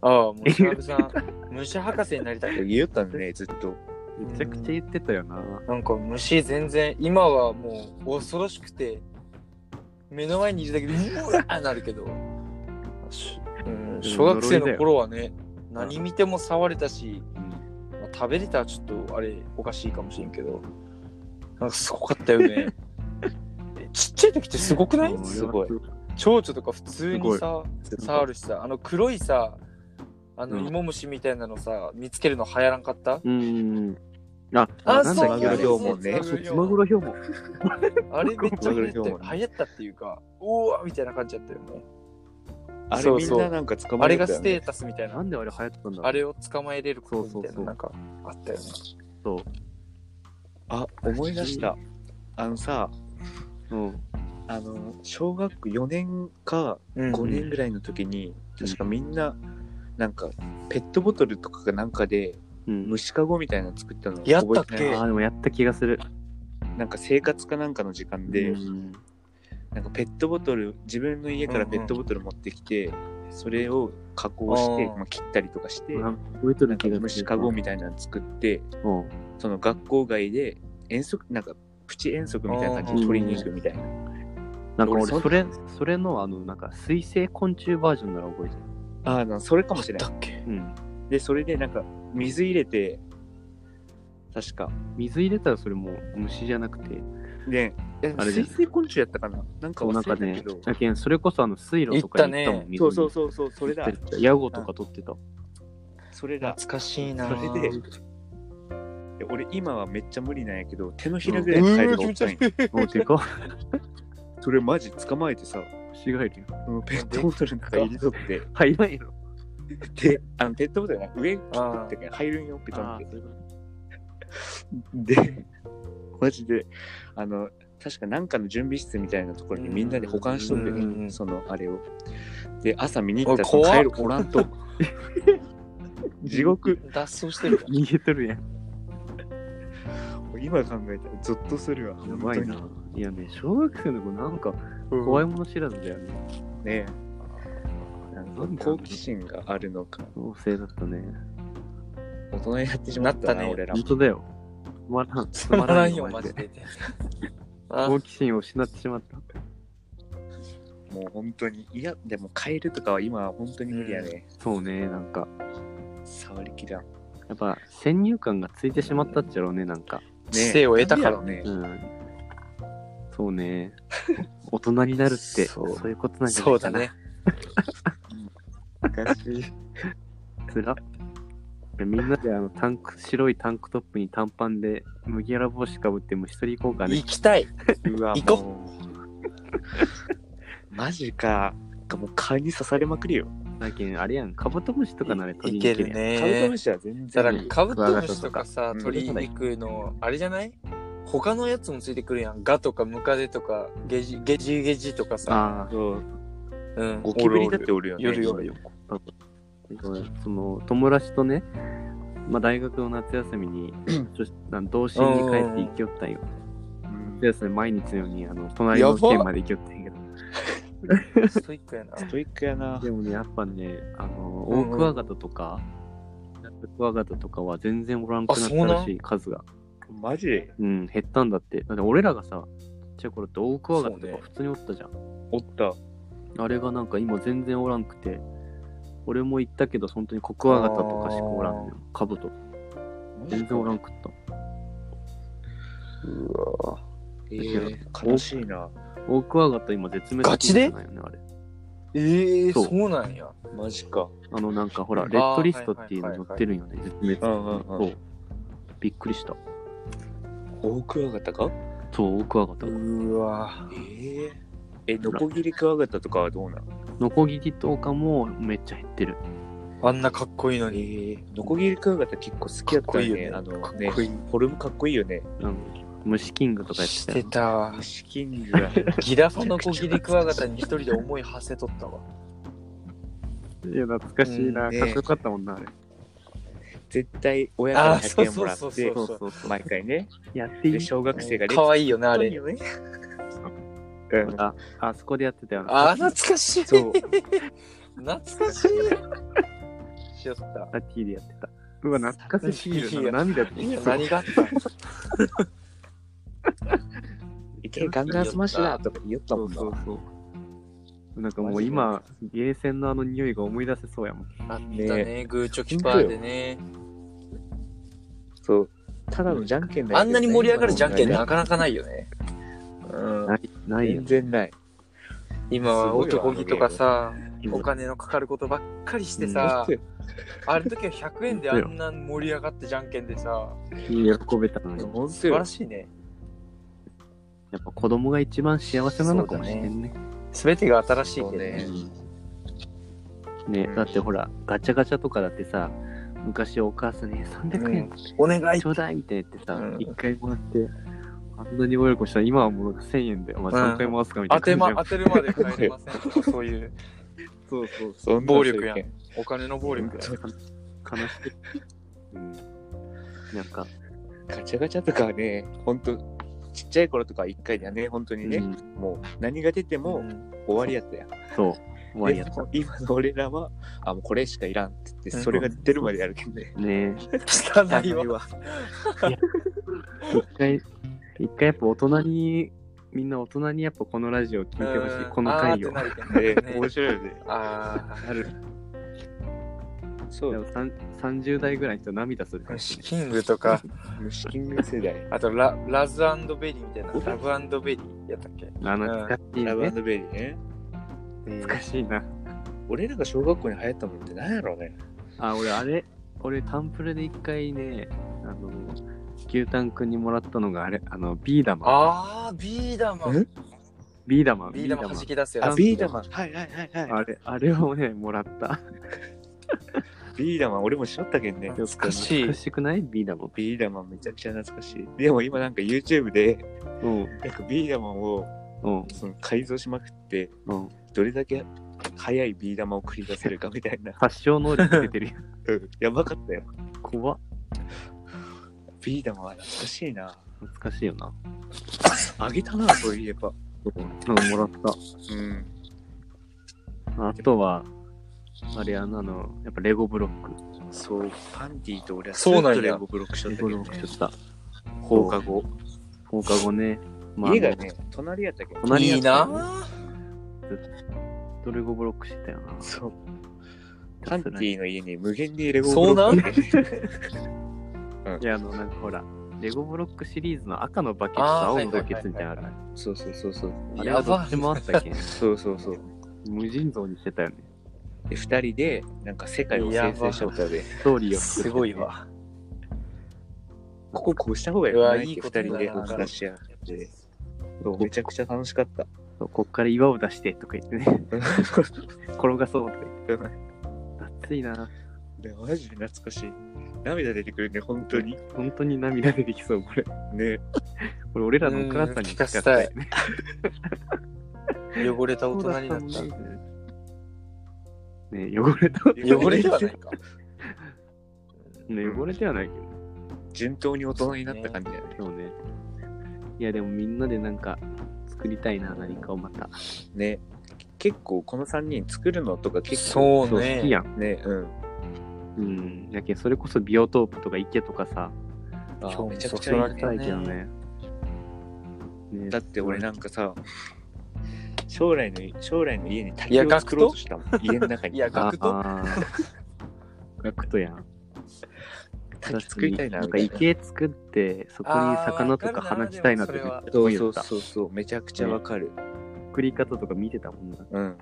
Speaker 3: ああ、もつ鍋さん、 虫博士になりたい。
Speaker 2: 言ったね、ずっと。
Speaker 1: めちゃくちゃ言ってたよな、
Speaker 3: なんか虫全然、今はもう恐ろしくて、目の前にいるだけで、うわーなるけ ど、しうん小学生の頃はね、何見ても触れたし、まあ食べれたらちょっとあれおかしいかもしれんけど、なんかすごかったよね。 えちっちゃい時ってすごくない
Speaker 1: 俺は
Speaker 2: すごい
Speaker 3: 蝶々とか普通にさ、
Speaker 2: ずっと
Speaker 3: 触るしさ、あの黒いさ、あの
Speaker 1: うん
Speaker 3: 芋虫みたいなのさ、見つけるの流行らんかった
Speaker 1: うんあ
Speaker 3: あ、
Speaker 1: なん
Speaker 3: そう
Speaker 1: だっ
Speaker 2: マ
Speaker 1: け
Speaker 2: グ
Speaker 1: あ
Speaker 2: ロ
Speaker 1: れ
Speaker 2: どうもね
Speaker 1: あそうつまぐろ表も
Speaker 3: あれめっちゃ流行った
Speaker 2: マグロ
Speaker 3: よ流行ったっていうか、おーみたいな感じだったよね。
Speaker 2: あれ
Speaker 3: そう
Speaker 2: み
Speaker 3: そ
Speaker 2: ん
Speaker 3: う
Speaker 2: ななんか捕ま
Speaker 3: あ
Speaker 2: え
Speaker 3: れ
Speaker 2: るん
Speaker 3: が
Speaker 2: だよ
Speaker 3: ステ
Speaker 2: ね。
Speaker 3: ータスみたい
Speaker 1: な
Speaker 3: な。
Speaker 1: んであれ流行ったんだろう
Speaker 3: あれを捕まえれることみた
Speaker 1: そう
Speaker 3: い
Speaker 1: そうそ
Speaker 3: な、
Speaker 1: う
Speaker 3: なんかあったよね。
Speaker 1: そう
Speaker 2: あ、思い出した。あのさ、
Speaker 1: うん
Speaker 2: あの、小学4年か
Speaker 3: うん
Speaker 2: 5年ぐらいの時に、確かみんな、なんか、ペットボトルとかかなんかで、
Speaker 1: うん
Speaker 2: 虫かごみたいなの作ったの
Speaker 3: やったっけ
Speaker 2: 覚えてない
Speaker 1: ああでもやった気がする
Speaker 2: なんか生活かなんかの時間で、
Speaker 1: うん
Speaker 2: なんかペットボトル自分の家からペットボトル持ってきて、それを加工して
Speaker 3: あー
Speaker 2: まあ、切ったりとかして
Speaker 1: なんか覚えと
Speaker 2: な
Speaker 1: る
Speaker 2: んか
Speaker 1: 気がする
Speaker 2: 虫かごみたいなの作って
Speaker 1: うん
Speaker 2: その学校外で遠足なんかプチ遠足みたいな感じで取りに行くみたいな、
Speaker 1: なんか俺
Speaker 2: 俺そ
Speaker 1: それそれのあのなんか水生昆虫バージョンなら覚えてる
Speaker 2: ああそれかもしれな
Speaker 3: だ
Speaker 2: い
Speaker 3: っけ
Speaker 1: うん
Speaker 2: でそれでなんか水入れて確か
Speaker 1: 水入れたらそれもう虫じゃなくて
Speaker 2: でえ
Speaker 1: あれじゃ
Speaker 2: 水生昆虫やったかななんか
Speaker 1: そうなん
Speaker 2: 忘
Speaker 1: か
Speaker 2: れた
Speaker 1: ね
Speaker 2: けど、
Speaker 1: だけんそれこそあの水路とかに行ったもん
Speaker 3: 行ったね
Speaker 1: 水
Speaker 2: そ
Speaker 1: に
Speaker 2: うそうそうそうそれだ
Speaker 1: 行ったヤゴとか取ってた
Speaker 2: それだ
Speaker 3: 懐かしいな
Speaker 2: それで
Speaker 3: う
Speaker 2: で俺今はめっちゃ無理なんやけど手のひらぐらいのサイズが
Speaker 3: ー気
Speaker 2: おっ
Speaker 3: 持ち
Speaker 2: たん
Speaker 3: 悪
Speaker 2: や
Speaker 3: い。
Speaker 1: もうでかっ
Speaker 2: それマジ捕まえてさ
Speaker 1: 虫がいるよ
Speaker 2: そのペットボトルの中入り取って
Speaker 1: 入らんやろ
Speaker 2: であのペットボトルが上切っ
Speaker 3: あ
Speaker 2: て
Speaker 3: ー
Speaker 2: から入るんよペトンっ
Speaker 1: あ
Speaker 2: て
Speaker 1: ーそういうこと
Speaker 2: でマジであの確かなんかの準備室みたいなところにみんなで保管しとんだよ
Speaker 3: うんうんうん
Speaker 2: ねそのあれをで朝見に行ったら
Speaker 3: おい怖っ
Speaker 2: 帰るおらんと地獄
Speaker 3: 脱走してるか
Speaker 1: 逃げとるやん
Speaker 2: 今考えたらゾッとするわ
Speaker 1: やばいない
Speaker 2: 本
Speaker 1: やね小学生の子なんか
Speaker 3: ら。
Speaker 1: 怖いもの知らずだよね
Speaker 2: 当にねなんか好奇心があるのか
Speaker 1: 旺盛だったね
Speaker 2: 大人になってしまったな
Speaker 3: なったね
Speaker 2: 俺らも
Speaker 1: 本当だよつまらん
Speaker 3: つ
Speaker 1: つ
Speaker 3: ま
Speaker 1: ま
Speaker 3: ら
Speaker 1: ら
Speaker 3: ん
Speaker 1: ん
Speaker 3: よ、
Speaker 1: よ
Speaker 3: マ
Speaker 1: マ
Speaker 3: ジ
Speaker 1: ジで
Speaker 3: で。あ
Speaker 1: 好奇心を失ってしまった
Speaker 2: もう本当にいやでもカエルとかは今は本当に無理やね、
Speaker 1: そうねなんか
Speaker 2: 触りきらんね
Speaker 1: やっぱ先入観がついてしまったっちゃろうねなんか
Speaker 3: 知性を得たから
Speaker 2: なんでやろね
Speaker 1: うんそうね大人になるって
Speaker 3: そ
Speaker 1: そうういうことなんじゃな
Speaker 3: そ
Speaker 1: いうか
Speaker 3: だ
Speaker 1: な
Speaker 3: ね。
Speaker 2: 昔
Speaker 1: つらみんなであのタンク白いタンクトップに短パンで麦わら帽子かぶって虫取り行こうかね
Speaker 3: 行きたい。
Speaker 2: うわ
Speaker 3: 行こう
Speaker 2: もうマジかなんかもう蚊に刺されまくりよ
Speaker 1: だけんあれやんカブトムシとかなら取り
Speaker 3: い
Speaker 1: に行
Speaker 3: け
Speaker 1: け
Speaker 3: る
Speaker 1: るやん
Speaker 2: カブトム
Speaker 3: ね。
Speaker 2: シは全
Speaker 3: だ
Speaker 2: 然
Speaker 3: か
Speaker 2: い
Speaker 3: ら
Speaker 2: い
Speaker 3: カブトムシとかさ
Speaker 2: う、ん
Speaker 3: 取りに行くの、あれじゃない他のやつもついてくるやん。ガとかムカデとか、ゲジゲジゲジとかさ。
Speaker 1: あ
Speaker 2: そう
Speaker 3: うん
Speaker 2: ゴキブリだっておるよね
Speaker 3: 夜よ
Speaker 1: 夜あその友達とね、まあ、大学の夏休み に女子あの童心に帰って行きよったんよ
Speaker 2: うん
Speaker 1: 夏休み毎日のようにあの隣の県まで行きよったんやけど
Speaker 3: ストイックや な。
Speaker 2: ストイックやな
Speaker 1: でもね、やっぱね、あの、
Speaker 3: うんう
Speaker 1: オ
Speaker 3: ん
Speaker 1: オクワガタとか、ナックワガタとかは全然おらんくなった
Speaker 3: あそうな
Speaker 1: ら
Speaker 3: ん
Speaker 1: しい数が。
Speaker 2: マジで
Speaker 1: うん、減ったんだって。だって俺らがさ、ちっちゃい頃ってオオクワガタと
Speaker 3: そう
Speaker 1: か
Speaker 3: ね
Speaker 1: 普通におったじゃん。
Speaker 2: おった
Speaker 1: あれがなんか今全然おらんくて、俺も行ったけど、本当にコクワガタとかしかおらんのよ。カブト。全然おらんくった。
Speaker 3: うわ
Speaker 2: えー悲しいな
Speaker 1: オオクワガタ今絶滅
Speaker 3: ガチ
Speaker 1: 危
Speaker 3: で
Speaker 1: 惧種なんよね、あれ。
Speaker 3: ええ、
Speaker 1: そう
Speaker 3: そうなんや。
Speaker 2: マジか
Speaker 1: あの、なんかほら、
Speaker 3: あー
Speaker 1: レッドリストっていうの載ってるんよね、絶滅。
Speaker 2: うんうんうん
Speaker 1: そう。びっくりした。
Speaker 2: オオクワガタか
Speaker 1: そう、クワガタ。
Speaker 3: うわ
Speaker 2: えー、え、ノコギリクワガタとかはどうなの
Speaker 1: ノコギリとかもめっちゃ減ってる。
Speaker 3: あんなかっこいいの
Speaker 2: え
Speaker 3: に。
Speaker 2: ー、ノコギリクワガタ結構好きやったよね。
Speaker 3: か
Speaker 2: あ
Speaker 3: っこいい
Speaker 2: の
Speaker 3: よねかっ
Speaker 2: ね、
Speaker 3: こいい
Speaker 2: フォルムかっこいいよね。
Speaker 1: うん。虫キングとかやって
Speaker 3: したて
Speaker 1: よ。
Speaker 3: たわ。
Speaker 2: シキングは。
Speaker 3: ギラファのコギリクワガタに一人で思い馳せとったわ。
Speaker 1: いや、懐かしいな。
Speaker 2: うんね
Speaker 1: かっこよかったもんな、あれ。
Speaker 2: 絶対親から
Speaker 3: あー
Speaker 2: 100円もら
Speaker 3: そう
Speaker 2: っ
Speaker 3: そう
Speaker 2: て
Speaker 3: そ、う
Speaker 1: そうそう。
Speaker 2: 毎回ね。
Speaker 1: やってい
Speaker 2: で、
Speaker 1: い
Speaker 2: 小学生が
Speaker 3: かわいいよな、あ
Speaker 2: あ
Speaker 3: れ。
Speaker 2: ね。うん
Speaker 1: あ、あそこでやってたよな。
Speaker 3: あー、懐かしい。
Speaker 2: そう。
Speaker 3: 懐かしい。しよった。
Speaker 1: パーティーでやってた。うわ、懐かしいビールな。涙出てきた。
Speaker 3: 何があったん
Speaker 2: いけ、ガンガンスマッシュだとか言った
Speaker 1: そ
Speaker 2: もん
Speaker 1: う
Speaker 2: な。
Speaker 1: そうそう。なんかもう今、ゲーセンのあの匂いが思い出せそうやもん。
Speaker 3: あった
Speaker 2: ね
Speaker 3: ね、グーチョキパーでね。
Speaker 2: そう。ただのじゃんけんだよね
Speaker 3: あんなに盛り上がるじゃんけん
Speaker 2: ね
Speaker 3: なかなかないよね。うん
Speaker 1: ない、ないよ
Speaker 2: 全。然ない。
Speaker 3: 今
Speaker 2: す
Speaker 3: は
Speaker 2: ごいわ
Speaker 3: 男気とかさ
Speaker 1: ゲー、ム
Speaker 3: お金のかかることばっかりしてさ、ある時は100円であんな盛り上がってじゃんけんでさ、
Speaker 1: 喜べたのに。や
Speaker 2: 本当
Speaker 3: 素晴ら
Speaker 2: よ。
Speaker 3: しいね。
Speaker 1: っぱ子供が一番幸せなのかもしれんね。
Speaker 3: すべてが新しいけど
Speaker 2: そう
Speaker 3: ね
Speaker 2: ね。
Speaker 1: ね
Speaker 3: うん
Speaker 1: だってほら、ガチャガチャとかだってさ、昔お母さんに300円
Speaker 3: お願い
Speaker 1: ちょうだいみたいに言ってさ
Speaker 3: うん、
Speaker 1: 一、回もらって、あんなに親子したら今はもう1000円で、お前
Speaker 3: うん
Speaker 1: 3回回すかみたい
Speaker 3: 当
Speaker 1: な感
Speaker 3: て
Speaker 1: じや
Speaker 3: ま
Speaker 1: ん、
Speaker 3: 当てるまで帰れませんとか、そういう
Speaker 1: そうそうそ
Speaker 2: そんな
Speaker 3: 暴力やん
Speaker 2: 世間
Speaker 3: お金の暴力だ
Speaker 1: う。悲しい。うん。なんか、
Speaker 2: ガチャガチャとかはね、ほんと、ちっちゃい頃とかは一回だね、本当に
Speaker 1: う
Speaker 2: ね、
Speaker 1: ん
Speaker 2: もう何が出て
Speaker 3: もう
Speaker 2: も終わりやったやん。
Speaker 1: そう、終わりやっ
Speaker 2: でも今の俺らは、あ、もうこれしかいらんって言って、それが出るまでやるけどね。
Speaker 1: た。ね
Speaker 3: 汚いわ。
Speaker 2: は。
Speaker 1: 一回、一回やっぱ大人に、みんな大人にやっぱこのラジオ聞いてほしい、
Speaker 3: うん
Speaker 1: この回を。
Speaker 3: あーってなる
Speaker 2: え
Speaker 3: けどね
Speaker 2: 面白いよね。
Speaker 3: あ
Speaker 1: ある
Speaker 2: そ
Speaker 1: でも
Speaker 2: う、
Speaker 1: さん30代ぐらいの人涙するか
Speaker 3: ー
Speaker 1: もし
Speaker 3: シ
Speaker 1: れ
Speaker 3: キングとか、
Speaker 2: 虫キング世代。
Speaker 3: あとララズベリーみたいな、ラブベリーやったっけ
Speaker 1: ない。あの、懐かしい
Speaker 2: ラ
Speaker 1: ね。
Speaker 2: ブベリーね。
Speaker 1: 懐かしいな。
Speaker 2: 俺らが小学校に流行ったもんってなんやろうね。
Speaker 1: あ、俺、あれ、俺、タンプレで一回ね、あの、牛タンくんにもらったのが、あれ、あの、ビー玉。
Speaker 3: あー、ビー玉。
Speaker 2: ん
Speaker 1: ビー玉、
Speaker 3: ビー玉弾き出すや
Speaker 2: あ、
Speaker 3: つ。
Speaker 2: ビー玉。はいはいはいは
Speaker 1: あれ、あれをね、もらった。
Speaker 2: い。ビー玉、俺もしょったけんね。
Speaker 3: 懐かしい
Speaker 1: 懐か。しくないビー玉。
Speaker 2: ビー玉めちゃくちゃ懐かしい。でも今なんか YouTube で、
Speaker 1: うん、
Speaker 2: なんかビー玉を
Speaker 1: うん、
Speaker 2: その改造しまくって、
Speaker 1: うん。
Speaker 2: どれだけ速いビー玉を繰り出せるかみたいな。
Speaker 1: 発症能力出てるよ。
Speaker 2: うんやばかったよ。
Speaker 1: 怖っ
Speaker 2: ビー玉は懐かしいな。
Speaker 1: 懐かしいよな。
Speaker 2: あげたな、そういえば。
Speaker 1: うん、もらった
Speaker 2: うん。。
Speaker 1: あとは、あれやな、あの、やっぱレゴブロック。
Speaker 2: そう、パンティと俺は
Speaker 3: そうなんや
Speaker 2: ずっとレゴブロックしとっ
Speaker 1: レ
Speaker 2: たけど
Speaker 1: ゴ
Speaker 2: ね
Speaker 1: ブロックちょっとした。
Speaker 2: 放課後。
Speaker 1: 放課後ね。まあ
Speaker 2: 家がね、隣やったけど。
Speaker 1: 隣
Speaker 3: い
Speaker 1: や
Speaker 3: い
Speaker 1: った
Speaker 3: な
Speaker 1: あのレゴブロックしてたよな。
Speaker 2: そう。パンティの家に無限にレゴ
Speaker 3: そう
Speaker 2: ブロ
Speaker 3: なん
Speaker 2: ック。
Speaker 1: いや、あの、なんかほら、レゴブロックシリーズの赤のバケツと
Speaker 3: あー
Speaker 1: 青のバケツみたいなのある。
Speaker 2: そうそうそうそう。
Speaker 1: あれ
Speaker 3: や
Speaker 1: はど
Speaker 3: ば
Speaker 1: っちもあったけん。
Speaker 2: そうそうそう。
Speaker 1: 無尽蔵にしてたよね。
Speaker 2: で、二人で、なんか世界を生成しようとで、
Speaker 1: ストーリーを作って
Speaker 3: すごい。わ。
Speaker 2: こここうした方がいい
Speaker 3: うん
Speaker 2: よねって
Speaker 3: いい
Speaker 2: 二
Speaker 3: ことだな
Speaker 2: 人でお話し合って。そうめちゃくちゃ楽しかった。
Speaker 1: そうこっから岩を出してとか言ってね。転がそうとか言って。暑いな。
Speaker 2: でマジで懐かしい。涙出てくるね、本当に。
Speaker 1: 本当に涙出てきそう、これ。こ
Speaker 2: ね。
Speaker 1: れ俺らのお母さんに
Speaker 3: うん聞かせたい
Speaker 1: せね。
Speaker 3: 汚れた大
Speaker 1: そうだ
Speaker 3: 人
Speaker 1: っ
Speaker 3: に
Speaker 1: た
Speaker 3: なんっ
Speaker 1: だ
Speaker 3: た。
Speaker 1: ね汚れた。
Speaker 3: 汚れではないか。
Speaker 1: ね汚れてはないけどね。
Speaker 2: 順当に大人になった感じだね。
Speaker 1: そうね。いや、でもみんなでなんか作りたいな、何かをまた。
Speaker 2: ね。結構この三人作るのとか結構。
Speaker 3: そう
Speaker 1: 好きやん。
Speaker 3: ね。
Speaker 2: う。ね、うん。
Speaker 1: うん。やけんそれこそビオトープとか池とかさ、
Speaker 2: あ
Speaker 3: 興
Speaker 2: ー
Speaker 3: 味
Speaker 2: めちゃくちゃいい
Speaker 3: そ
Speaker 2: ね
Speaker 1: したいけどね。ね
Speaker 2: だって俺
Speaker 1: な
Speaker 2: なんかさ、将来の、将来の家に
Speaker 3: い
Speaker 2: 滝
Speaker 3: や
Speaker 2: を作ろうとしたもん。家の中
Speaker 3: い
Speaker 2: に。
Speaker 3: や、ガクト
Speaker 1: あーガクトやん。
Speaker 2: 滝作りたいな、
Speaker 1: なん
Speaker 2: み
Speaker 1: か
Speaker 2: たいな。
Speaker 1: 池作って、そこに魚とか放ちたいなとか
Speaker 3: あーわかるな
Speaker 2: そ
Speaker 1: 思
Speaker 2: う
Speaker 1: い
Speaker 2: そ
Speaker 1: よ
Speaker 2: う
Speaker 1: った。
Speaker 2: そうそう、めちゃくちゃわかる。
Speaker 1: 作り方とか見てたもんな。
Speaker 2: うん。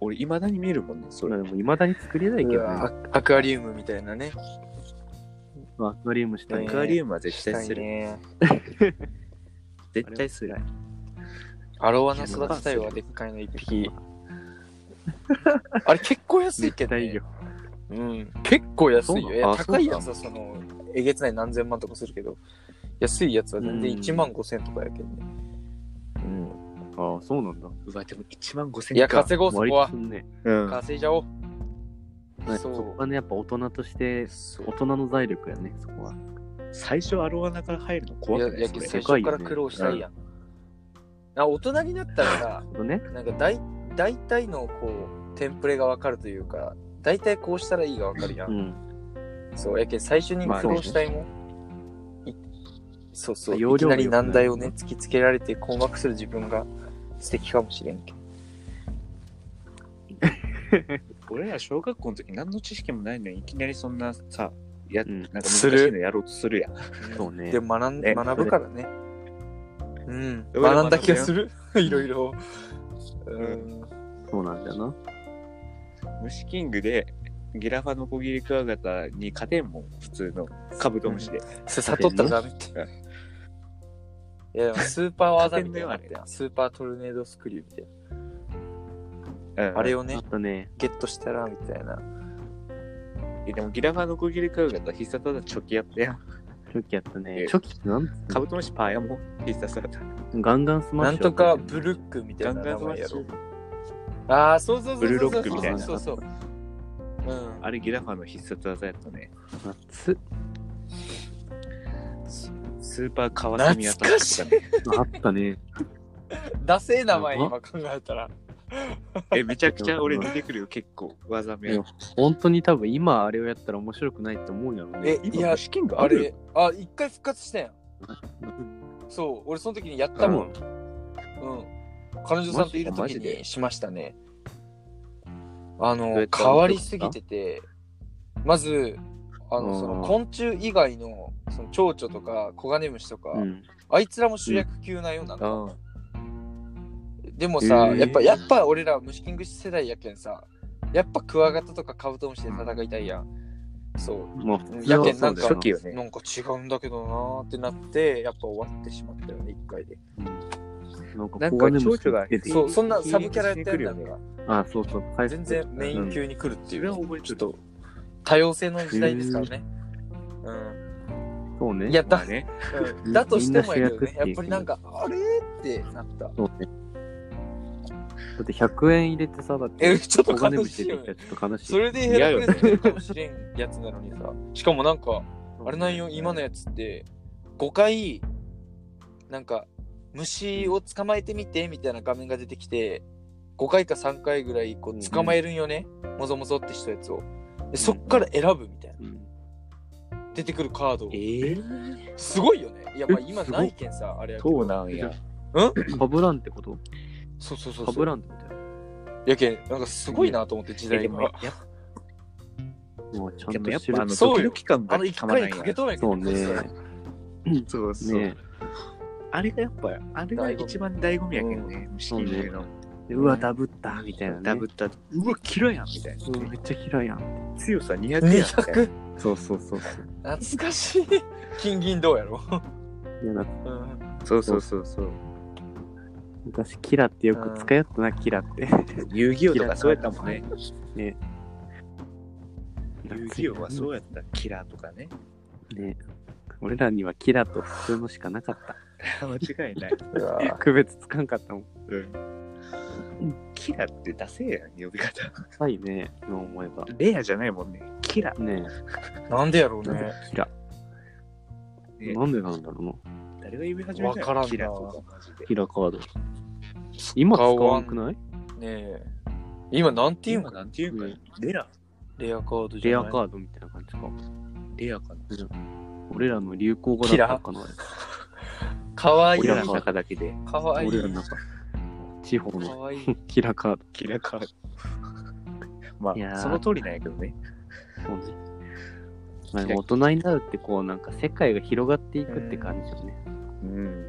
Speaker 2: 俺、いまだに見るもんね、そ
Speaker 1: そ
Speaker 2: れ。
Speaker 1: れでも未だに作れないけどね。
Speaker 3: アアクアリウムみたいなね。
Speaker 1: アクアリウムした
Speaker 2: ア
Speaker 1: い
Speaker 2: クアリウムは絶対
Speaker 3: した
Speaker 2: す
Speaker 3: い
Speaker 2: る。
Speaker 3: ね。
Speaker 2: 絶対する
Speaker 1: あれ。
Speaker 3: アロワナ育てたいわ、でっかいの一匹。あれ結構安いけど、
Speaker 1: 大
Speaker 3: ね
Speaker 1: よ。。
Speaker 3: うん。結構安い
Speaker 2: そう
Speaker 3: よ。
Speaker 2: ないの
Speaker 3: や
Speaker 2: あ
Speaker 3: 高いやつはその、えげつない何千万とかするけど、安いやつは全然
Speaker 1: うん
Speaker 3: 1万5千とかやけどね。
Speaker 2: うん。
Speaker 1: ああ、そうなんだ。
Speaker 2: うわ、でも1万5千
Speaker 3: いや、稼ごう、そこ
Speaker 1: 割
Speaker 3: は
Speaker 1: と。ね。
Speaker 2: うん。
Speaker 3: 稼いじゃおう。
Speaker 1: ねそう
Speaker 3: そ
Speaker 1: こはね、やっぱ大人として、
Speaker 3: そう
Speaker 1: 大人の財力やね、そこは。
Speaker 2: 最初アロアナから入るの怖
Speaker 3: いや
Speaker 2: くないい
Speaker 3: や
Speaker 2: それ
Speaker 1: す
Speaker 3: 最
Speaker 1: ご
Speaker 3: 初
Speaker 1: い
Speaker 3: か
Speaker 1: よね
Speaker 3: ら苦労したいやん。あ大人になったらさ、
Speaker 1: そうね。
Speaker 3: なんか大大体のこうテンプレがわかるというか大体こうしたらいいがわかるやん、
Speaker 1: うん。
Speaker 3: そうやけん最初に苦労したいもん、いそうそう
Speaker 1: 容
Speaker 3: いき
Speaker 1: 量
Speaker 3: な
Speaker 1: が
Speaker 3: り難題をね突きつけられて困惑する自分が素敵かもしれんけど
Speaker 2: 俺ら小学校の時何の知識もないのにいきなりそんなさ、や
Speaker 1: うん
Speaker 2: なんか難し
Speaker 3: す
Speaker 2: い
Speaker 3: る
Speaker 2: のやろうとするやん。
Speaker 1: そうね
Speaker 3: で。も学ん、
Speaker 2: ね
Speaker 3: 学ぶからねうん
Speaker 2: 俺も
Speaker 3: 学んだ気がするいろいろうん
Speaker 1: そうなんだよな。
Speaker 2: 虫キングでギラファのコギリクワガタに勝てんもん、普通のカブトムシで。
Speaker 3: それ悟ったらダメって
Speaker 2: うん
Speaker 3: いやでもスーパー技みたいなのあ ったやんスーパートルネードスクリューみたい
Speaker 2: うん
Speaker 3: なあれ
Speaker 2: を。
Speaker 3: をね
Speaker 1: あったね。
Speaker 3: ゲットしたらみたいな
Speaker 2: えでもギラファのコギリクワガタ必殺技チョキやったやん。
Speaker 1: チョキやったね
Speaker 2: え。
Speaker 1: チョキってなんつ
Speaker 2: カブトムシパーやもん、必殺技。
Speaker 1: ガンガンスマ
Speaker 3: な
Speaker 1: ッシ
Speaker 3: ん
Speaker 1: ュ。
Speaker 3: とかブルックみた
Speaker 2: ガ
Speaker 3: い
Speaker 2: ン
Speaker 3: な
Speaker 2: ガ
Speaker 3: 名
Speaker 2: ンスマ
Speaker 3: 前
Speaker 2: ッ
Speaker 3: や
Speaker 2: シュ
Speaker 3: ろ。ああ、そうそうそう。
Speaker 2: ブルロックみたいな
Speaker 3: そうそうそう。うん。
Speaker 2: あれギラファの必殺技やったね。
Speaker 1: 夏
Speaker 2: スーパーカワセミアタックとね
Speaker 1: あったね。
Speaker 3: ダセえ名前今考えたら。
Speaker 2: え、めちゃくちゃ俺出てくるよ、結構。技名
Speaker 1: いや。本当に多分今あれをやったら面白くないって思うやろね。
Speaker 3: え、いや、
Speaker 2: 虫キング
Speaker 3: あれ、あ、一回復活したやん。そう、俺その時にやったも
Speaker 1: ん。
Speaker 3: ん。うん。彼女さんといる
Speaker 2: マ
Speaker 3: 時
Speaker 2: ジ
Speaker 3: に
Speaker 2: で
Speaker 3: しましたね。
Speaker 2: どう
Speaker 3: あ
Speaker 2: や
Speaker 3: の
Speaker 2: っ、て
Speaker 3: 変わりすぎてて、まず、あ
Speaker 1: う
Speaker 3: の、
Speaker 1: ん
Speaker 3: その昆虫以外の、その蝶々とか、コガネムシとか、
Speaker 1: うん。
Speaker 3: あいつらも主役級なような
Speaker 2: あー
Speaker 3: でもさ、
Speaker 1: えー
Speaker 3: やっぱやっぱ俺ら虫キング世代やけんさやっぱクワガタとかカブトムシで戦いたいやん、そ
Speaker 1: もう
Speaker 3: うやけんなんか
Speaker 2: 初期よね
Speaker 3: なんか違うんだけどなーってなってやっぱ終わってしまったよね一回で
Speaker 1: なんか
Speaker 2: なん
Speaker 1: 小
Speaker 2: か
Speaker 1: 金持ち
Speaker 2: 蝶々が
Speaker 1: 出て
Speaker 2: え
Speaker 3: そうそんなサブキャラやっ
Speaker 2: 一
Speaker 3: て
Speaker 2: 気に来る
Speaker 3: る
Speaker 2: よ
Speaker 3: ん
Speaker 2: ね
Speaker 3: だから
Speaker 1: あ、そうそう。回復
Speaker 3: 全然メイン級に来るって
Speaker 2: 自
Speaker 3: いう、
Speaker 2: 分は覚えて
Speaker 3: ちょっ
Speaker 2: る
Speaker 3: と多様性の時代ですからね、うん
Speaker 1: そうね。
Speaker 3: いやだ,、
Speaker 2: まあね。
Speaker 3: うん、だとしてもやけど
Speaker 1: みんな主役ってい
Speaker 3: ね
Speaker 1: う
Speaker 3: やっぱりなんかあれーってなった
Speaker 1: そうね。だって100円入れてさ、だって、
Speaker 3: えちょっと
Speaker 1: 小金
Speaker 3: 悲
Speaker 1: 持ち
Speaker 3: しい
Speaker 1: 出
Speaker 3: よ
Speaker 1: てきたら
Speaker 3: ね
Speaker 1: ちょっと悲しい。
Speaker 3: それでヘラクレス出るかもしれんやつなのにさしかもなんかあれなんよ、今のやつって、5回、なんか、虫を捕まえてみてみたいな画面が出てきて、5回か3回ぐらいこ
Speaker 1: うんう
Speaker 3: うん捕まえるんよね、もぞもぞってしたやつを。でそっから選ぶみたいな、
Speaker 1: うん
Speaker 3: 出てくるカードを
Speaker 2: え。ー、
Speaker 3: すごいよね。いや、まあ
Speaker 1: え
Speaker 3: 今
Speaker 1: すごい
Speaker 3: ないけんさ、あれやけど
Speaker 2: そうなんや。
Speaker 1: かぶらんってこと
Speaker 3: そうそうそう
Speaker 1: か
Speaker 3: そ
Speaker 1: ぶ
Speaker 3: う。
Speaker 1: らんってことや。
Speaker 3: やけん、なんかすごいなと思って、時
Speaker 2: えで
Speaker 3: 代
Speaker 2: もや
Speaker 3: が
Speaker 2: っ。ぱ
Speaker 1: もうちゃ
Speaker 2: で
Speaker 1: ん
Speaker 2: も
Speaker 1: と
Speaker 2: やっ
Speaker 1: 知
Speaker 2: ぱあ
Speaker 1: る
Speaker 2: の、。
Speaker 3: そう
Speaker 2: ド
Speaker 3: よ
Speaker 2: キドキ感
Speaker 3: あ
Speaker 2: が
Speaker 3: の1
Speaker 2: たまらん
Speaker 3: 回か
Speaker 2: や
Speaker 3: けとるんやけ
Speaker 1: そう
Speaker 3: ど、
Speaker 1: ね。
Speaker 2: そうそう。
Speaker 1: ね
Speaker 2: あれがやっぱ、あれが一番醍醐味やけどね、虫キングの。
Speaker 1: でうわ、ダブったみたいなね。
Speaker 2: ダブった。うわ、キラやんみたいな。
Speaker 1: うんめっちゃ嫌いやん。
Speaker 2: 強さ200やんみたいな。
Speaker 3: 200?
Speaker 1: そうそうそうそう。
Speaker 3: 懐かしい。金銀どうやろ、
Speaker 1: いや、なんか
Speaker 3: うん
Speaker 2: そうそうそうそう。
Speaker 1: 昔、キラってよく使いよったな、キラって。
Speaker 2: 遊戯王とかそうやったもんね。
Speaker 1: ね。
Speaker 2: 遊戯王はそうやった。キラとかね。
Speaker 1: ね。俺らにはキラと普通のしかなかった。
Speaker 2: 間違いない。
Speaker 3: うわー
Speaker 1: 区別つかんかったもん。
Speaker 2: うん。キラって出せやん、呼び方。
Speaker 1: 臭いね、今思えば。
Speaker 2: レアじゃないもんね。キラ。
Speaker 1: ね
Speaker 3: なんでやろう
Speaker 1: え、なん
Speaker 3: ね
Speaker 1: で。キラ。
Speaker 2: ね
Speaker 1: なんでなんだろうな。
Speaker 2: 誰が呼び始めた
Speaker 3: わからんな
Speaker 2: キラとかマジで。
Speaker 1: キラカード。今使わんくない
Speaker 3: ねえ。今なんていうん
Speaker 2: 今
Speaker 3: かな
Speaker 2: なんていうか、
Speaker 1: うん
Speaker 2: レア。
Speaker 3: レアカードじ
Speaker 1: レ
Speaker 3: ゃ
Speaker 1: ア
Speaker 3: ない
Speaker 1: カードみたいな感じか。
Speaker 2: レアかな。
Speaker 1: 俺らの流行語だったかな。
Speaker 3: かわいい。
Speaker 2: キ
Speaker 1: 俺
Speaker 2: ラ
Speaker 1: ら
Speaker 2: の
Speaker 1: の
Speaker 2: 中だけで。
Speaker 3: かわいい。
Speaker 1: 俺らの中地方
Speaker 3: か
Speaker 1: の
Speaker 3: わいい。
Speaker 1: キラカード。
Speaker 2: キラか。 ま
Speaker 1: いや
Speaker 2: あ、
Speaker 1: ー
Speaker 2: その通りなんやけどね。
Speaker 1: そうね。まあ、でも大人になるってこうなんか世界が広がっていくって感じよね。
Speaker 2: うん。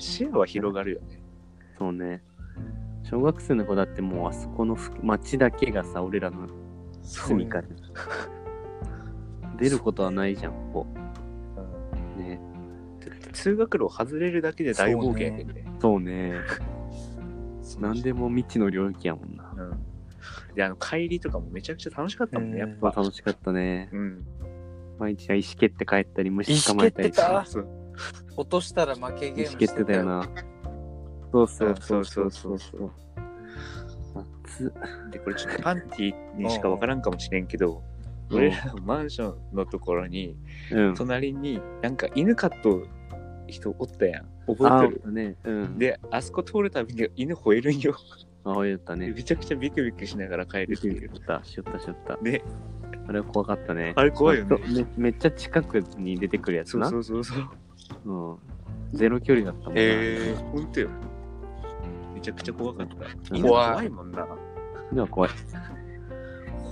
Speaker 2: 視野は広がるよね。
Speaker 1: そうね。小学生の子だってもうあそこのふ街だけがさ、俺らの住みかに。出ることはないじゃん、ここ。ね。
Speaker 2: 通学路外れるだけで大冒険やけどね。
Speaker 1: そうね。
Speaker 2: そう
Speaker 1: 何でも未知の領域やもんな。
Speaker 2: うん。で、あの、帰りとかもめちゃくちゃ楽しかったもんね、やっ
Speaker 1: ま
Speaker 2: ぱ。
Speaker 1: あ、楽しかったね。
Speaker 2: うん。
Speaker 1: 毎日は石蹴って帰ったり、虫捕まえたり
Speaker 3: 石蹴ってあ
Speaker 2: そう
Speaker 3: 落としたら負けゲーム
Speaker 1: 石蹴ってたよな。そうそうそうそうそうそう。夏。
Speaker 2: で、これちょっとパンティにしかわからんかもしれんけど、俺らのマンションのところに、
Speaker 1: うん。
Speaker 2: 隣になんか犬飼っとう人おったやん。
Speaker 1: あ
Speaker 2: 覚えてる
Speaker 1: あ、ね。うん。
Speaker 2: で、あそこ通るたびに犬吠えるんよ。
Speaker 1: あ、おったね。
Speaker 2: めちゃくちゃビクビクしながら帰るっていう。
Speaker 1: った、しよった、しよった。
Speaker 2: ね、
Speaker 1: あれは怖かったね。
Speaker 2: あれ怖いよね
Speaker 1: そうめめっちゃ近くに出てくるやつ
Speaker 2: そう
Speaker 1: な。
Speaker 2: そうそうそう。
Speaker 1: うん。ゼロ距離だったもんな。
Speaker 2: へえー、ほんとよ。めちゃくちゃ怖かった。
Speaker 1: うん
Speaker 2: 犬怖いもんな。
Speaker 1: では怖い。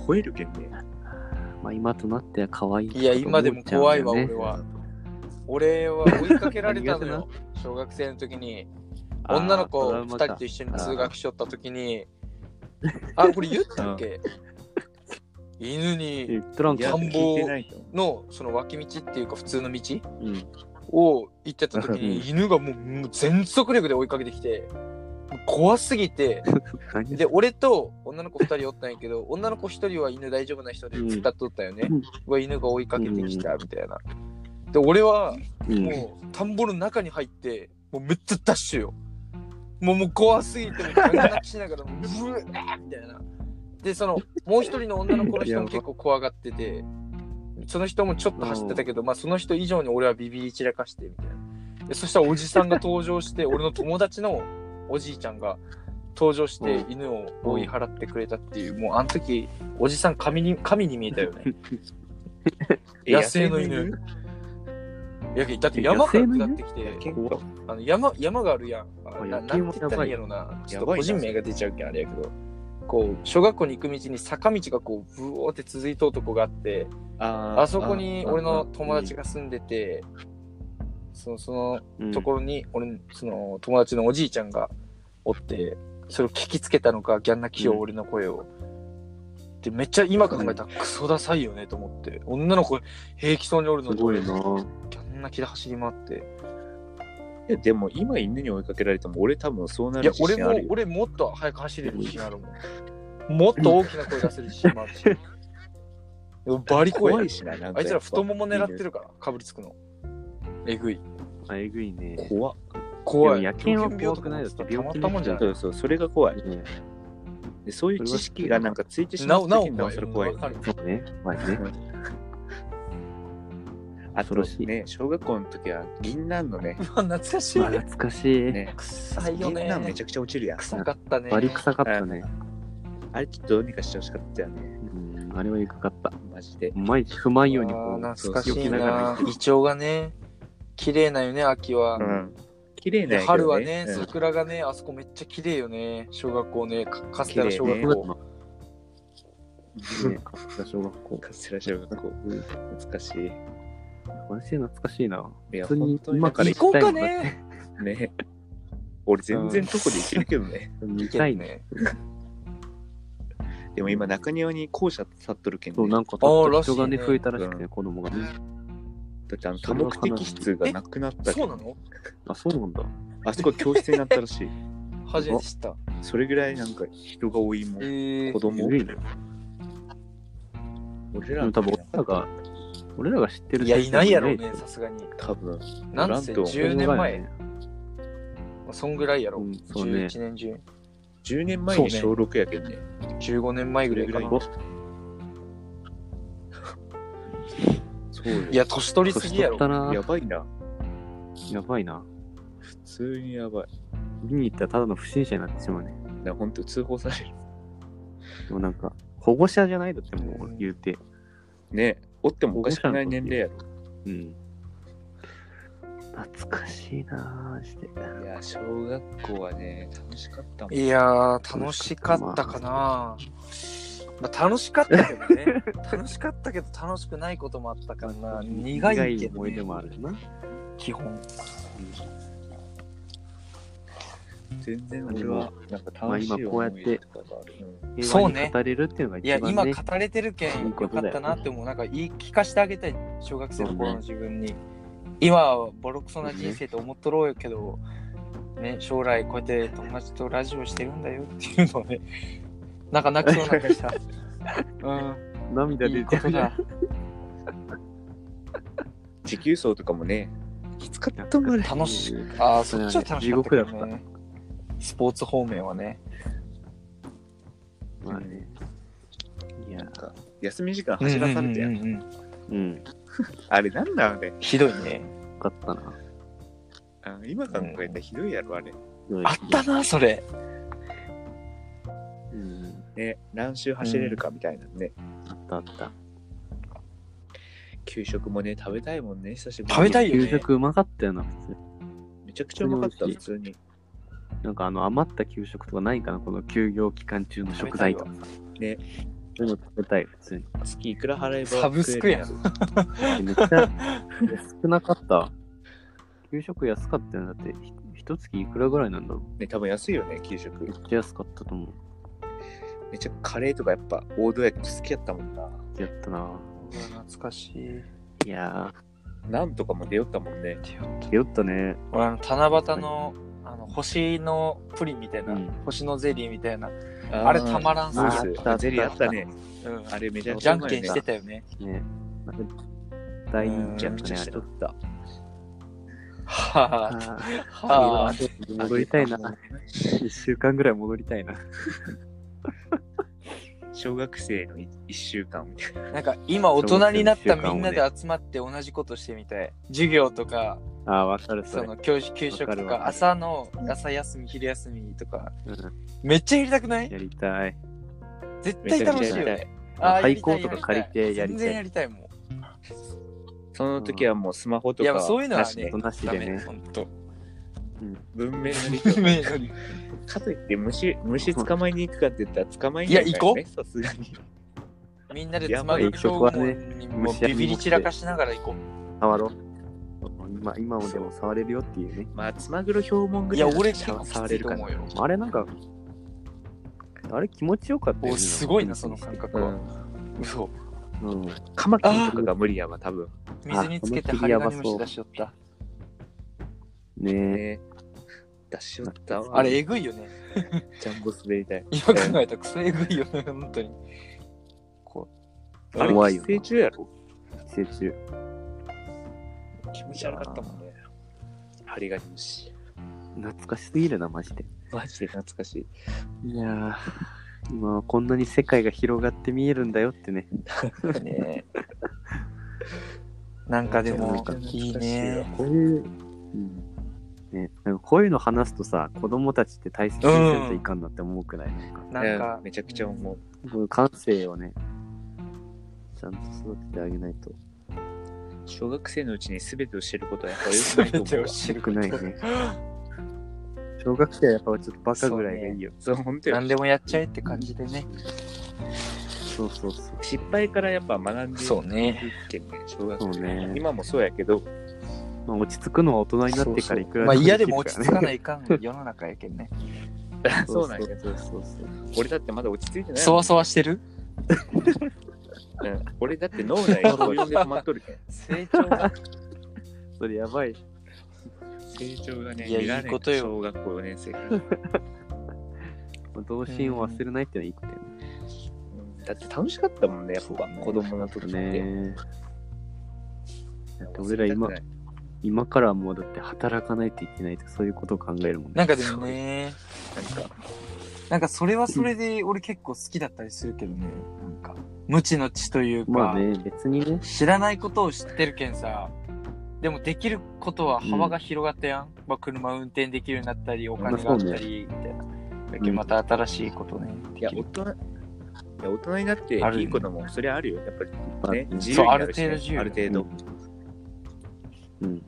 Speaker 2: 吠えるけんね。
Speaker 1: まあ今となっては可愛い、
Speaker 3: いや、今でも怖いわ、俺は。俺は追いかけられたの
Speaker 1: 何
Speaker 3: よ、小学生の時に。女の子2人と
Speaker 1: 一
Speaker 3: 一緒に通学しとった時に。あ、これ言ったっけ犬に
Speaker 1: 言っとらん
Speaker 2: いや、
Speaker 1: か。
Speaker 3: 田んぼ
Speaker 2: 聞いてないと思
Speaker 3: のその脇道っていうか普通の道
Speaker 1: うん。
Speaker 3: を行ってた時
Speaker 1: う
Speaker 3: に犬がもうもう全速力で追いかけてきてもう怖すぎて
Speaker 1: 何
Speaker 3: で俺と女の子2人おったんやけど女の子1人は犬大丈夫な人で
Speaker 1: うん
Speaker 3: 2人おったよね、
Speaker 1: うん
Speaker 3: うわ犬が追いかけてきたみたいなで俺は
Speaker 1: うん。
Speaker 3: もう田んぼの中に入ってもうめっちゃダッシュよもうもう怖すぎてもう 泣きしながらもうブーみたいなでそのもう一人の女の子の人も結構怖がっててその人もちょっと走ってたけど、まあその人以上に俺はビビり散らかしてみたいなでそしたらおじさんが登場して 俺の友達のおじいちゃんが登場して
Speaker 1: う
Speaker 3: 犬を追い払ってくれたっていうもうあの時おじさん神に神に見えたよ ね
Speaker 2: う
Speaker 3: 野生の犬いやだって山から下ってきて
Speaker 2: 結構。
Speaker 3: あの山山があるやん。あ
Speaker 1: あ
Speaker 3: な
Speaker 1: 野
Speaker 3: な
Speaker 1: 球
Speaker 3: ん
Speaker 1: も
Speaker 3: て言ったらいいんやろな。ち
Speaker 2: や
Speaker 3: ょっと
Speaker 2: ばい
Speaker 3: 個
Speaker 2: な
Speaker 3: 人名が出ちゃうけんあれやけど、こう、小学校に行く道に坂道がこう、ブオーって続いとうとこがあって、
Speaker 2: あー
Speaker 3: あそこに俺の友達が住んでて、そのその
Speaker 1: うん
Speaker 3: ところに俺の、その友達のおじいちゃんがおって、それを聞きつけたのか、ギャン泣きよ、
Speaker 1: うん
Speaker 3: 俺の声を。で、めっちゃ今考えたらクソダサいよねと思って、女の子平気そうにおるの
Speaker 1: す
Speaker 3: に
Speaker 1: ごいな。
Speaker 3: ギャン泣きで走り回って。
Speaker 2: いやでも今犬に追いかけられても俺多分そうないる、
Speaker 3: や
Speaker 2: 自
Speaker 3: 俺
Speaker 2: 信あ
Speaker 3: も
Speaker 2: る、よ。
Speaker 3: 俺もっと早く走れる自信あるもん。 もっと大きな声出せる自信もあるし。でもバリ怖
Speaker 2: 怖
Speaker 3: い
Speaker 2: い。しな、なんかやっぱ。
Speaker 3: あいつら太もも狙って
Speaker 2: る。
Speaker 3: るから、かぶりつくの。えぐい。
Speaker 1: あえぐいね。
Speaker 2: 怖っ
Speaker 3: 怖い。
Speaker 1: でも野犬は怖くないです
Speaker 3: 狂
Speaker 1: か
Speaker 3: 犬病とかもたまったもんじゃ
Speaker 2: そ
Speaker 3: な
Speaker 2: うそう、それが怖い。
Speaker 1: ね
Speaker 2: でそういう知識がなんかついて
Speaker 3: い。
Speaker 2: し
Speaker 3: な
Speaker 2: ま
Speaker 3: お、
Speaker 2: う
Speaker 3: な
Speaker 2: と
Speaker 3: お
Speaker 2: きになおさら怖いよ
Speaker 3: 怖い
Speaker 2: ね。
Speaker 1: そうね。まあね。
Speaker 2: あ
Speaker 1: 恐
Speaker 2: と
Speaker 1: ろしい
Speaker 2: ね、小学校の時は銀杏のね、
Speaker 3: うわ 懐かしい
Speaker 1: まあ。懐かしい。
Speaker 2: ね
Speaker 3: 臭いよ
Speaker 2: 銀杏め
Speaker 3: ね
Speaker 2: ち。ゃくちゃ落ちるやん。
Speaker 3: 臭かったね。
Speaker 1: バリ臭かったね。
Speaker 2: あれちょっとどうにかしてほしかったよね、
Speaker 1: うん、あれはエグかった。
Speaker 2: マジで。
Speaker 1: 毎日不満
Speaker 3: い
Speaker 1: ようにこう、
Speaker 3: 懐かし
Speaker 1: 避
Speaker 3: い
Speaker 1: けながら
Speaker 3: な。イチョウがね、綺麗なんよね、秋は
Speaker 2: う。ん。綺麗な
Speaker 3: で
Speaker 2: やけど
Speaker 3: 春はね、
Speaker 2: うん
Speaker 3: 桜がね、あそこめっちゃ綺麗よね。小学校ね、かかつての小
Speaker 2: 綺麗
Speaker 3: 学
Speaker 2: ね
Speaker 3: 校。
Speaker 1: 行く。ね、小学校。
Speaker 2: カステラ小学校、
Speaker 1: うん
Speaker 2: 懐かしい。
Speaker 1: マジで懐かしいな。
Speaker 2: いや、
Speaker 1: 普通に
Speaker 2: 本当に
Speaker 1: 今
Speaker 2: 今
Speaker 1: か
Speaker 2: からら
Speaker 1: 行く
Speaker 2: 行く
Speaker 3: 行こうかね。
Speaker 2: ね。俺全然どこで行けるけどね。
Speaker 1: 見
Speaker 3: 行け
Speaker 1: た
Speaker 3: る
Speaker 1: いね。
Speaker 3: ね。
Speaker 2: でも今中庭に校舎立っとるけん
Speaker 1: そう、
Speaker 2: ね。
Speaker 1: な
Speaker 2: だ
Speaker 1: んか、ちょっ
Speaker 3: あ
Speaker 1: と
Speaker 3: ー
Speaker 1: 人がね、
Speaker 3: らしいね
Speaker 1: 増えたらしくて、子供がね。
Speaker 2: ってあの多目的室がなくなったけ
Speaker 3: そ
Speaker 2: ど
Speaker 3: うなの
Speaker 1: あ、そうなんだ。
Speaker 2: あそこ教室になったらしい。
Speaker 3: 初めて知った。
Speaker 2: それぐらいなんか人が多いも
Speaker 3: え
Speaker 2: ん。
Speaker 3: ー
Speaker 2: 子供
Speaker 1: えぐいね。
Speaker 2: 俺
Speaker 1: で
Speaker 2: ら
Speaker 1: も
Speaker 2: の
Speaker 1: 多分、俺らが、俺らが知ってる
Speaker 3: いや、いないやろう
Speaker 1: 人
Speaker 3: ね、さすがに。
Speaker 2: 多分
Speaker 3: なんせ
Speaker 2: おらんと思う
Speaker 3: 10
Speaker 1: い
Speaker 3: 年
Speaker 1: ない
Speaker 3: 前、。そんぐらいやろ。
Speaker 1: うんそうね
Speaker 3: 11年中、
Speaker 2: 10年前に小6やけんね。
Speaker 3: 15年前ぐらいか
Speaker 2: それぐらい
Speaker 3: な
Speaker 2: の。そうよ
Speaker 3: いや、年取りすぎ
Speaker 1: 年
Speaker 3: や
Speaker 1: 取っ
Speaker 3: ろ。
Speaker 1: たな
Speaker 2: や。ばいな。
Speaker 1: やばいな。
Speaker 2: 普通にやばい。
Speaker 1: 見に行ったらただの不審者になってしまうね。
Speaker 2: な本当通報される。
Speaker 1: でもなんか、保護者じゃないだってもう言うて。
Speaker 2: ね。おってもおかしくない年齢やろ。
Speaker 1: うん。懐かしいなぁ、マジで。
Speaker 2: いや、小学校はね、楽しかったもん。
Speaker 3: いやー、楽しかったかな。まあ、楽しかったけどね。 楽しかったけど、楽しくないこともあったからな。苦いけど、
Speaker 1: 思い出もあるしな。
Speaker 3: 基本。
Speaker 2: 全然俺は、なんか楽しい思い出とかがある。うん
Speaker 3: そう
Speaker 1: 平和
Speaker 3: ね
Speaker 1: に語れるっていうのが
Speaker 3: いや、
Speaker 1: 一
Speaker 3: 今
Speaker 1: 番ね。
Speaker 3: 語れてるけ
Speaker 1: いい
Speaker 3: ん、
Speaker 1: こ
Speaker 3: よ
Speaker 1: と
Speaker 3: か
Speaker 1: だよ
Speaker 3: ったなって思う。なんか、言い聞かせてあげたい。小学生の頃の自分に。今はボロクソな人生と思っとろうよけど、ね、将来こうやって友達とラジオしてるんだよっていうのをね、 なんか泣きそうなんか した。う
Speaker 1: 涙
Speaker 3: ん、い
Speaker 1: 出
Speaker 3: い
Speaker 1: て
Speaker 3: こ
Speaker 1: る
Speaker 3: とだ。
Speaker 2: 持久走とかもね、きつかったもんね。
Speaker 3: 楽しい。ああ、そっちは楽しかったけ
Speaker 1: 地
Speaker 3: ど
Speaker 1: 獄だ
Speaker 3: ね。スポーツ方面はね。
Speaker 1: まあね。いや
Speaker 2: なん、か休み時間走らされて、
Speaker 3: うんうんうんうん
Speaker 1: うん、よ
Speaker 2: あれなんだあれ。
Speaker 3: ひどいね。
Speaker 1: かったな。
Speaker 2: あ今考えたらひどいやろ、あれ。
Speaker 3: あったな、それ。
Speaker 1: うん、
Speaker 2: ね、何周走れるかみたいなね。
Speaker 1: あったあった。
Speaker 2: 給食もね、食べたいもんね、久しぶりに。
Speaker 3: 食べたいよ
Speaker 1: 給
Speaker 3: ね。
Speaker 1: 食うまかったよな、普通に。
Speaker 2: めちゃくちゃうまかった、普通に。
Speaker 1: なんかあの余った給食とかないかな、この休業期間中の食材とか。
Speaker 2: べ
Speaker 1: ね。でも食べたい、普通に。
Speaker 2: 月いくら払えば
Speaker 3: サブスクやん
Speaker 2: 食える
Speaker 1: めっちゃ少なかった。給食安かったよな、だって、ひ一月いくらぐらいなんだろ
Speaker 2: ね、多分安いよね、給食
Speaker 1: う。め。っちゃ安かったと思う。
Speaker 2: めっちゃカレーとかやっぱ王道やけど好きやったもんな。
Speaker 1: やったな。
Speaker 3: 懐かしい。
Speaker 1: いや
Speaker 2: なんとかも出よったもんね。
Speaker 1: ー、酔ったね。
Speaker 3: 俺あの七夕のあの星のプリンみたいな、
Speaker 1: うん
Speaker 3: 星のゼリーみたいな、あれたまらん
Speaker 2: ム
Speaker 3: さ、
Speaker 1: あっ
Speaker 2: ー
Speaker 1: たあった
Speaker 2: ス、ゼリーあったね。
Speaker 3: うん
Speaker 2: あれめちゃくち
Speaker 3: じ
Speaker 2: ゃ
Speaker 3: ゃ
Speaker 2: うんま
Speaker 3: け
Speaker 2: い
Speaker 3: ん
Speaker 2: ね
Speaker 3: してたよね。
Speaker 1: ね。なんか大人
Speaker 2: め
Speaker 1: 気
Speaker 2: ち
Speaker 1: や
Speaker 2: ゃ
Speaker 1: っ
Speaker 2: くち
Speaker 1: た
Speaker 2: ゃ
Speaker 1: ね、あ
Speaker 2: し
Speaker 1: れ
Speaker 2: と。った。
Speaker 3: はあ、
Speaker 1: あ
Speaker 3: はあ、
Speaker 1: ー戻りたいな。一週間ぐらい戻りたいな。
Speaker 2: 小学生の1週間みたいな。
Speaker 3: なんか今大人になったみんなで集まって同じことしてみたい。授業とか、
Speaker 1: あー、わかる、そ
Speaker 3: そ
Speaker 1: れ。
Speaker 3: の教師給食
Speaker 1: わか
Speaker 3: と
Speaker 1: るわか
Speaker 3: か、
Speaker 1: る
Speaker 3: 朝の朝休み、昼休みとか、
Speaker 1: うん
Speaker 3: めっちゃやりたくない
Speaker 1: やりたい。
Speaker 3: 絶対楽しいよ
Speaker 2: めちゃくちゃや
Speaker 1: たい
Speaker 2: り
Speaker 3: ね。ーやりたい
Speaker 1: 廃校とか借りてやりたい
Speaker 3: 全然やりたいもん。
Speaker 2: その時はもうスマホと
Speaker 3: いや、
Speaker 2: か、
Speaker 3: そういうのは
Speaker 1: な
Speaker 3: ね
Speaker 1: し、なしで
Speaker 3: ダ
Speaker 1: ね
Speaker 3: メ、ほんと。
Speaker 2: 文明の利
Speaker 3: 無理無理
Speaker 2: かといって虫、虫捕まえに行くかって言ったら捕まえに
Speaker 3: いや
Speaker 2: 行
Speaker 3: 行
Speaker 2: こ
Speaker 3: こ
Speaker 2: う。さすがに。
Speaker 3: みんなでつまぐり
Speaker 1: やばいそこはね
Speaker 3: にもうビビり散らかしながら行こ
Speaker 1: 触ろう。今今もでも触れるよっていうね。
Speaker 2: まあ、つまぐろ標本
Speaker 3: う。
Speaker 2: ぐ
Speaker 3: い
Speaker 2: ら
Speaker 3: や、
Speaker 2: いだ
Speaker 3: 俺
Speaker 2: った
Speaker 3: 結
Speaker 2: ら
Speaker 3: 構き
Speaker 2: 触
Speaker 3: つ
Speaker 2: れ
Speaker 3: い
Speaker 2: る
Speaker 3: と
Speaker 2: か
Speaker 3: 思
Speaker 2: な
Speaker 3: う。よ。
Speaker 1: あれなんか、あれ気持ちよかったよ
Speaker 3: お
Speaker 1: ね。
Speaker 3: すごいな、その感覚
Speaker 2: う
Speaker 3: は。
Speaker 2: ん。
Speaker 3: 嘘。
Speaker 1: うん。
Speaker 2: カマキリとかが無理やわ、多分。
Speaker 3: 水につけて
Speaker 1: あこの
Speaker 3: 針
Speaker 1: 霧やば
Speaker 3: 金
Speaker 1: そう
Speaker 3: 虫出しよった。
Speaker 1: ねえ。
Speaker 2: ね出しよったわ。
Speaker 3: あれ、えぐいよね。
Speaker 2: ジャンボ滑り台。
Speaker 3: 今考えたらクソえぐいよね、本当に。こ
Speaker 2: あれ、
Speaker 1: 怖い
Speaker 2: 寄
Speaker 1: よな
Speaker 2: 生虫やろ
Speaker 1: 寄生虫。
Speaker 2: 気持ち悪かったもんね。針金虫。
Speaker 1: 懐かしすぎるな、マジで。
Speaker 2: マジで懐かしい。
Speaker 1: いやー、今はこんなに世界が広がって見えるんだよってね。
Speaker 3: う。ねなんかで
Speaker 1: なん
Speaker 3: も
Speaker 1: か、
Speaker 3: いいね。
Speaker 1: こういう、うんね、なんかこういうの話すとさ、子供たちって大切にせんといかんなって思うくない、なんか
Speaker 3: なんか
Speaker 2: うん、めちゃくちゃ思う。
Speaker 1: こういう感性をね、ちゃんと育ててあげないと。
Speaker 2: 小学生のうちに全てを知ることはやっぱ良くないと思
Speaker 3: 全て
Speaker 2: う
Speaker 3: を
Speaker 2: わ。
Speaker 3: 知る
Speaker 1: よ
Speaker 3: こ
Speaker 1: く
Speaker 3: と
Speaker 1: ないね。 小学生はやっぱちょっとバカぐらいがいいよ。
Speaker 2: そう、本当よ
Speaker 3: 何でもやっちゃえって感じでね。
Speaker 1: そうそうそう。
Speaker 2: 失敗からやっぱ学んで
Speaker 3: そうね。
Speaker 2: いってね、小学
Speaker 1: そうね
Speaker 2: 今もそうやけど、
Speaker 1: まあ、落ち着くのは大人になってからいくら
Speaker 3: まあ
Speaker 1: も
Speaker 3: 嫌で
Speaker 1: き
Speaker 3: も
Speaker 1: る
Speaker 3: 落
Speaker 1: か
Speaker 3: ち
Speaker 1: らね
Speaker 3: 着かないかん世の中やけんね。
Speaker 2: そうなんや。
Speaker 1: そうそうそう。
Speaker 2: 俺だってまだ落ち着いてない
Speaker 3: そ
Speaker 2: もん。
Speaker 3: わそわしてる
Speaker 2: うん俺だって脳内が余裕で止まっとるけん。
Speaker 3: 成長が。
Speaker 1: それやばい。
Speaker 2: 成長がね、
Speaker 3: いや
Speaker 2: 見られん
Speaker 3: いいことよ
Speaker 2: 小学校4年生から。
Speaker 1: 童心を忘れないってのはいいことよね。
Speaker 2: うんだって楽しかったもんね、やっ
Speaker 3: そう
Speaker 2: ぱ
Speaker 3: だね
Speaker 2: 子供の時って。
Speaker 1: ね俺ら今
Speaker 2: 忘れたくない
Speaker 1: 今からもうだって働かないといけないとかそういうことを考えるもんね。
Speaker 3: なんかでもね、
Speaker 2: なんか、
Speaker 3: なんかそれはそれで俺結構好きだったりするけどね。なんか、無知の知というか。
Speaker 1: まあね、別にね。
Speaker 3: 知らないことを知ってるけんさでもできることは幅が広がったやん、まあ、車運転できるようになったりお金があったりみたいな、だけどまた新しいことね、
Speaker 2: いや、大人、いや大人になって
Speaker 3: ある
Speaker 2: いいことも、それあるよ。やっぱりね、
Speaker 1: まあ
Speaker 2: 自由
Speaker 3: そう
Speaker 2: にな
Speaker 3: ある
Speaker 2: るし
Speaker 3: 程度自由
Speaker 2: ね、ある程度。
Speaker 1: うん。
Speaker 2: い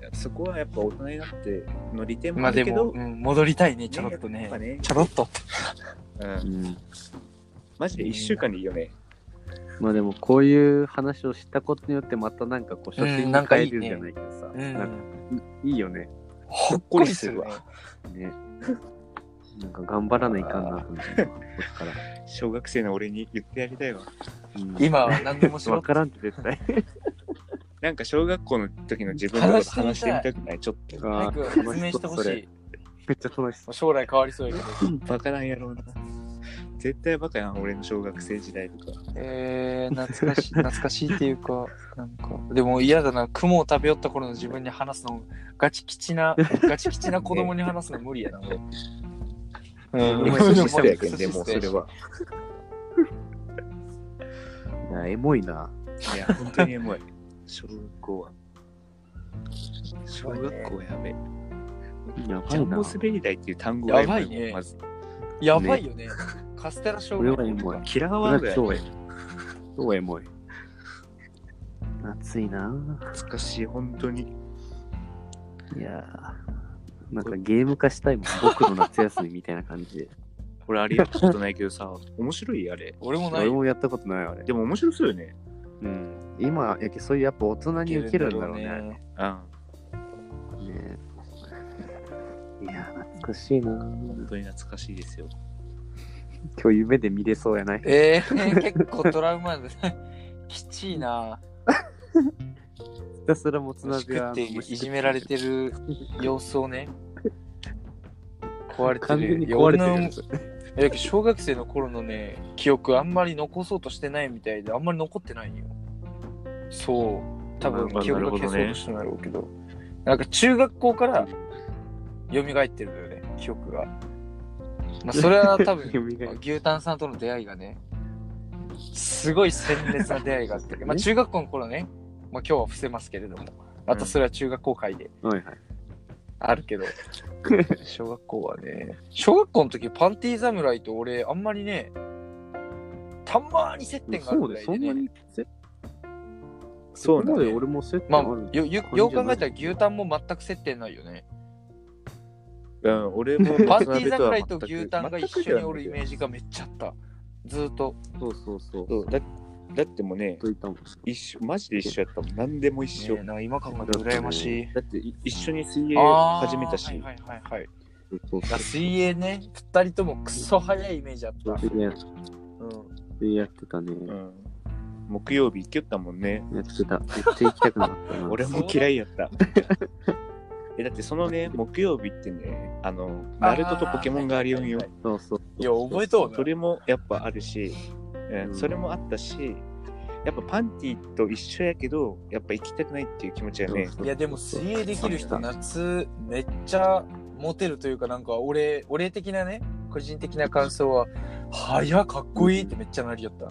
Speaker 2: やそこはやっぱ大人になっての利点も
Speaker 3: ま
Speaker 2: あ
Speaker 3: あで
Speaker 2: るけ
Speaker 3: も、
Speaker 2: ど
Speaker 3: う、ん、戻りたいねちょろっと
Speaker 2: や
Speaker 3: ね
Speaker 2: っぱね、
Speaker 3: ちょろっと
Speaker 2: うん
Speaker 1: うん。
Speaker 2: マジで1週間でいいよね。
Speaker 1: まあでもこういう話をしたことによってまたなんかこう書籍
Speaker 3: うん
Speaker 1: に
Speaker 3: な
Speaker 1: 変
Speaker 3: んか
Speaker 1: え
Speaker 3: いい
Speaker 1: るん
Speaker 3: ね
Speaker 1: じゃないけどさ。
Speaker 3: うん
Speaker 1: なんかいいよね。
Speaker 3: ほっ
Speaker 2: こりするわ
Speaker 1: ね。なんか頑張らないかんなと思って。こっから。
Speaker 2: 小学生の俺に言ってやりたいわ。
Speaker 1: うん
Speaker 3: 今は何でもしろ
Speaker 1: わからんって絶対。
Speaker 2: なんか小学校の時の自分のこと話
Speaker 3: 話
Speaker 2: し
Speaker 3: し
Speaker 2: みた
Speaker 3: ててみた
Speaker 2: くないちょっと。
Speaker 1: あ
Speaker 3: 早
Speaker 1: ー
Speaker 3: く
Speaker 1: 楽しそう
Speaker 3: 説明してほし
Speaker 1: それ
Speaker 3: い。
Speaker 1: めっちゃ楽しそ
Speaker 3: 将来変わりそうやけど。
Speaker 2: バカなんやろうな。絶対バカやん、俺の小学生時代とか。
Speaker 3: えー、懐かしい、 懐かしいっていうか、なんか、でも嫌だな、雲を食べよった頃の自分に話すの、ガチ 吉な、ガチ吉な子供に話すの無理やな、俺。うん、
Speaker 2: お前
Speaker 1: そ
Speaker 2: そ
Speaker 1: れ
Speaker 2: う
Speaker 1: で
Speaker 2: し
Speaker 1: も
Speaker 2: てやけん、でもそれは。
Speaker 1: う。いや、エモいな。
Speaker 2: いや、本当にエモい。小学校は。小学校やべ。
Speaker 1: やば
Speaker 2: ジャ
Speaker 1: い
Speaker 2: ンボ
Speaker 1: な。
Speaker 2: 滑り台っていう単語がエモいもん
Speaker 3: やばいね
Speaker 2: まず。
Speaker 3: やばいよね。カステラ小
Speaker 1: 俺
Speaker 3: 学
Speaker 1: はエ
Speaker 3: 校と
Speaker 1: モい
Speaker 3: か。。
Speaker 2: キラーワードや
Speaker 1: 超エ
Speaker 2: ね
Speaker 1: モい。超エモい。暑いな。
Speaker 2: 懐かしい、本当に。
Speaker 1: いやーなんかゲーム化 したいもん。僕の夏休みみたいな感じで。
Speaker 2: 俺、あれやったことないけどさ、面白いあれ。
Speaker 3: 俺もな
Speaker 1: 俺
Speaker 3: い。
Speaker 1: もやったことないわあれ。
Speaker 2: でも面白そうよね。
Speaker 1: うん。今、やけそういうやっぱ大人に受けるんだろうね。あれね
Speaker 2: うん。
Speaker 1: いやー、懐かしいな。
Speaker 2: 本当に懐かしいですよ。
Speaker 1: 今日夢で見れそうやない。
Speaker 3: えー、結構トラウマだね。 きちいな。
Speaker 1: ひたすらもつ
Speaker 3: 虫
Speaker 1: 鍋
Speaker 3: 食
Speaker 1: は
Speaker 3: っていじめられてる様子をね。壊れて
Speaker 1: 完全
Speaker 3: る。
Speaker 1: に
Speaker 3: いや
Speaker 1: 壊れ
Speaker 3: 俺
Speaker 1: てる
Speaker 3: の
Speaker 1: やつ。
Speaker 3: いや小学生の頃のね記憶あんまり残そうとしてないみたいであんまり残ってないよそう多
Speaker 2: なる
Speaker 3: 分
Speaker 2: ほど
Speaker 3: 記憶が消そうとしてないろうけどなんか中学校から蘇ってるんだよね記憶がまあそれは 多
Speaker 1: 蘇
Speaker 3: 分
Speaker 1: る
Speaker 3: 牛タンさんとの出会いがねすごい鮮烈な出会いがあって、まあ、中学校の頃ね、まあ、今日は伏せますけれどもまたそれは中学校会で
Speaker 1: はいはい。
Speaker 3: あるけど小学校はね小学校の時パンティー侍と俺あんまりねたまに接点がある
Speaker 1: そう
Speaker 3: ぐら
Speaker 1: で、
Speaker 3: い
Speaker 1: そ
Speaker 3: で
Speaker 1: んな
Speaker 3: ね
Speaker 1: に、せ
Speaker 2: そう
Speaker 1: こ
Speaker 2: だ
Speaker 1: こまで
Speaker 2: ね。
Speaker 1: 俺も接点
Speaker 3: まあ
Speaker 1: ある。
Speaker 3: よよよう考えたら牛タンも全く接点ないよね
Speaker 2: うん、俺 も
Speaker 3: パン
Speaker 2: 松
Speaker 3: ティー
Speaker 2: 鍋は
Speaker 3: 侍
Speaker 2: 全く
Speaker 3: と牛タンが一緒におるイメージがめっちゃあったずーっと
Speaker 1: そうそうそう。
Speaker 2: そうだだってもうね、
Speaker 1: といたもん。
Speaker 2: 一緒、マジで一緒やったもん。何でも一緒。
Speaker 3: ねえな今考えたら羨ましい
Speaker 2: だってい一緒に水泳
Speaker 3: あー
Speaker 2: 始めたし、
Speaker 3: はいはいはいはい
Speaker 1: そう
Speaker 3: あ水泳ね2人ともクソ早いイメージあった、うん、
Speaker 1: でやでやってたね。
Speaker 2: うん、木曜日行きよったもんね。
Speaker 1: やってた。めっちゃ行きたくなかったな。
Speaker 2: 俺も嫌いやった。えだってそのね、木曜日ってね、あの、ナルトとポケモンがありよんよ。
Speaker 1: そうそう。
Speaker 3: いや覚えとうな
Speaker 2: それもやっぱあるし、うん
Speaker 1: うん
Speaker 2: それもあったし、やっぱパンティと一緒やけど、やっぱ行きたくないっていう気持ちやね。
Speaker 1: そう
Speaker 3: いやでも水泳できる人
Speaker 1: そう
Speaker 3: 夏めっちゃモテるというかなんか俺俺的なね個人的な感想は「早っかっこいい」ってめっちゃなりよった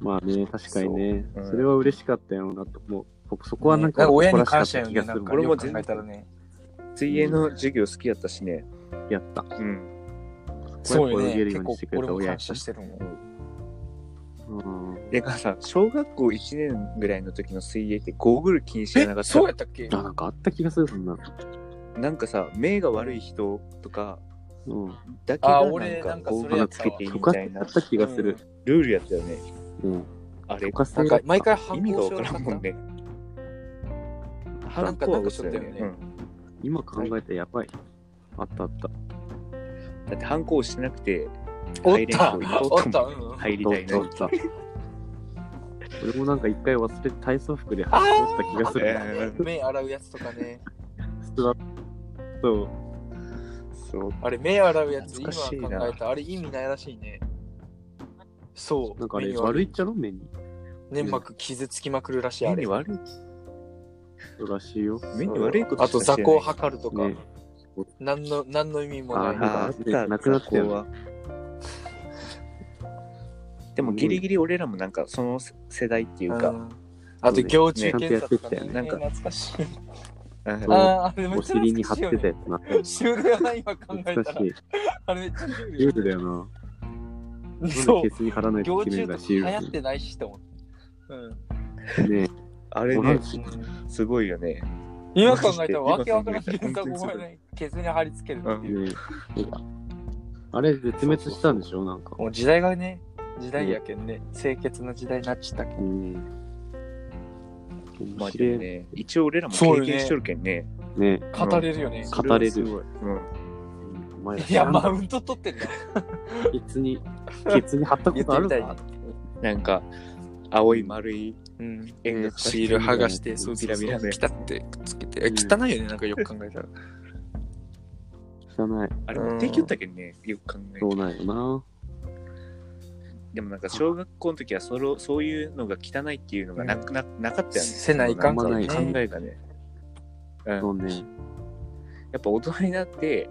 Speaker 1: まあね、確かにね。
Speaker 2: そううん
Speaker 1: それは嬉しかったよなと思う。僕そこはなん
Speaker 3: ね
Speaker 1: か
Speaker 3: 親に
Speaker 1: 誇ら
Speaker 3: 感
Speaker 1: し
Speaker 3: 謝
Speaker 1: かっ
Speaker 3: よ
Speaker 1: た気がす
Speaker 3: ねな
Speaker 1: る
Speaker 3: ん
Speaker 1: も
Speaker 3: か
Speaker 1: ん。
Speaker 2: 俺も
Speaker 3: よく考えたらね
Speaker 2: 水泳の授業好きやったしね。
Speaker 1: やった。
Speaker 2: うん。
Speaker 3: そうよ
Speaker 1: 親子
Speaker 3: ね
Speaker 1: 泳げるよう
Speaker 3: 結
Speaker 1: に
Speaker 3: 構
Speaker 1: してくれ
Speaker 3: 俺
Speaker 1: た
Speaker 3: も
Speaker 1: 親や
Speaker 3: 感
Speaker 1: し
Speaker 3: 謝してるもん
Speaker 1: うん。
Speaker 2: で、母さん、小学校1年ぐらいの時の水泳ってゴーグル禁止じゃなか
Speaker 3: え
Speaker 2: った
Speaker 3: そうやったっけ
Speaker 1: あ、なんかあった気がする、そんな。
Speaker 2: なんかさ、目が悪い人とか
Speaker 1: うん。
Speaker 2: だけが
Speaker 3: あ
Speaker 2: なん
Speaker 3: 俺
Speaker 2: か
Speaker 3: なんか
Speaker 2: ゴ
Speaker 3: そ
Speaker 2: ー
Speaker 3: れ
Speaker 2: グ
Speaker 3: や
Speaker 2: ル
Speaker 3: っ
Speaker 2: つ
Speaker 3: た
Speaker 2: け
Speaker 3: わ
Speaker 2: ていい
Speaker 1: と
Speaker 2: み
Speaker 1: か
Speaker 2: た
Speaker 1: っ
Speaker 2: い
Speaker 1: てあ
Speaker 2: な
Speaker 1: った気がする。
Speaker 2: ルールやったよね。
Speaker 1: うん。
Speaker 2: あれ
Speaker 1: と、かさ
Speaker 3: なんか毎回反
Speaker 2: 意味が
Speaker 3: 抗
Speaker 2: わか
Speaker 3: しよ
Speaker 2: らんもんね。
Speaker 3: な
Speaker 2: 反
Speaker 3: んか
Speaker 2: 抗
Speaker 3: な
Speaker 2: は
Speaker 3: んか
Speaker 2: 嘘
Speaker 3: し
Speaker 2: だ
Speaker 3: ょ
Speaker 2: よ
Speaker 3: ったよ
Speaker 2: ね
Speaker 3: ね、
Speaker 1: 今考えたらやばい。あったあった。
Speaker 2: うんだって反抗してなくて、
Speaker 3: おった
Speaker 2: 入れん人
Speaker 3: お
Speaker 2: い
Speaker 3: っ
Speaker 2: った
Speaker 3: た
Speaker 2: もん
Speaker 3: うんうん
Speaker 2: 入りたい
Speaker 1: あ
Speaker 2: な
Speaker 1: っ。たあった。俺もなんか一回忘れて体操服で走った気がする。
Speaker 2: えー
Speaker 3: 目洗うやつとかね
Speaker 1: ストラップそう。
Speaker 2: そう。
Speaker 3: あれ目洗うやつ今
Speaker 2: 懐かしいな
Speaker 3: 考えたらあれ意味ないらしいねそう
Speaker 1: なんかあれ、
Speaker 3: 目に
Speaker 1: 悪いっちゃろ目に。
Speaker 3: 粘膜傷つきまくるらしいあ
Speaker 2: 目
Speaker 3: れ
Speaker 2: に悪い、
Speaker 1: そうらしいよ。
Speaker 2: 目に悪いこと
Speaker 3: あと
Speaker 2: しかし
Speaker 3: 雑
Speaker 2: てない
Speaker 3: 魚を測るとか、
Speaker 1: ね
Speaker 3: 何の何の意味もない
Speaker 1: あ
Speaker 2: ああった、
Speaker 1: なくなったよね
Speaker 2: 学校はでもギリギリ俺らもなんかその世代っていう
Speaker 3: う
Speaker 2: か、
Speaker 3: んあと行中
Speaker 1: ね
Speaker 3: 検査とかね
Speaker 1: ちゃん
Speaker 2: とやってきたよね
Speaker 3: 懐かしい
Speaker 2: うん
Speaker 1: そ
Speaker 3: あ
Speaker 1: う
Speaker 3: ああれめ
Speaker 1: お
Speaker 3: っちゃ
Speaker 1: 尻に貼
Speaker 3: 懐か
Speaker 1: っ
Speaker 3: しい
Speaker 1: てたやつな。
Speaker 3: よねシュールやな今考え
Speaker 1: 懐
Speaker 3: た
Speaker 1: からしい。
Speaker 3: あれめっちゃシュール
Speaker 1: ル
Speaker 3: や
Speaker 1: ールだよな。
Speaker 3: な
Speaker 1: なん
Speaker 3: そ
Speaker 1: で
Speaker 3: う
Speaker 1: ケツに貼らないと
Speaker 3: 行
Speaker 1: 決める
Speaker 3: 中と
Speaker 1: ら
Speaker 3: か
Speaker 1: しい
Speaker 3: 流
Speaker 1: よ。
Speaker 3: 行ってないしと思う、うん、
Speaker 1: ね
Speaker 2: あ
Speaker 1: え、
Speaker 2: れ
Speaker 1: おら
Speaker 2: ね
Speaker 1: ん、し
Speaker 2: すごいよね。
Speaker 3: 今考えたらわけわからん検査も覚えないケツに貼り付けるっていう、
Speaker 1: ねえあれ、絶滅したんでしょなんか。
Speaker 3: もう時代がね時代やけんね清潔な時代になっちゃったけん
Speaker 1: うん。
Speaker 2: まあ
Speaker 1: 面白い
Speaker 2: でも
Speaker 1: ね。
Speaker 2: ね、一応俺らも経験しとるけんね。
Speaker 1: ね
Speaker 3: 語れるよね、
Speaker 1: それはすごい
Speaker 2: うん
Speaker 1: お前ら
Speaker 3: い
Speaker 1: 知
Speaker 3: や
Speaker 1: らんの
Speaker 3: マウント取ってるな
Speaker 1: ケツに、ケツに貼ったことある
Speaker 3: 言っ
Speaker 1: か
Speaker 3: て
Speaker 2: なんか、青い丸い
Speaker 3: うん。
Speaker 2: 円が
Speaker 3: シール剥がして、
Speaker 2: そ
Speaker 3: そうう
Speaker 2: ビ
Speaker 3: ビ
Speaker 2: ラ
Speaker 3: ラ
Speaker 2: ビ
Speaker 3: ビ
Speaker 2: ラ
Speaker 3: ラ
Speaker 2: で
Speaker 3: で。ピタってくっつけて。え
Speaker 2: うん
Speaker 3: 汚いよね、なんかよく考えたら。
Speaker 1: 汚い。
Speaker 2: あれ持ってきよったけどね、よく考え
Speaker 1: そう
Speaker 2: て。
Speaker 1: なんよな。
Speaker 2: でもなんか小学校の時はそれをそういうのが汚いっていうのがなくな,、なかったよね。
Speaker 3: せないかん
Speaker 1: からね
Speaker 2: 考えがね。うん
Speaker 1: そうね。
Speaker 2: やっぱ大人になって、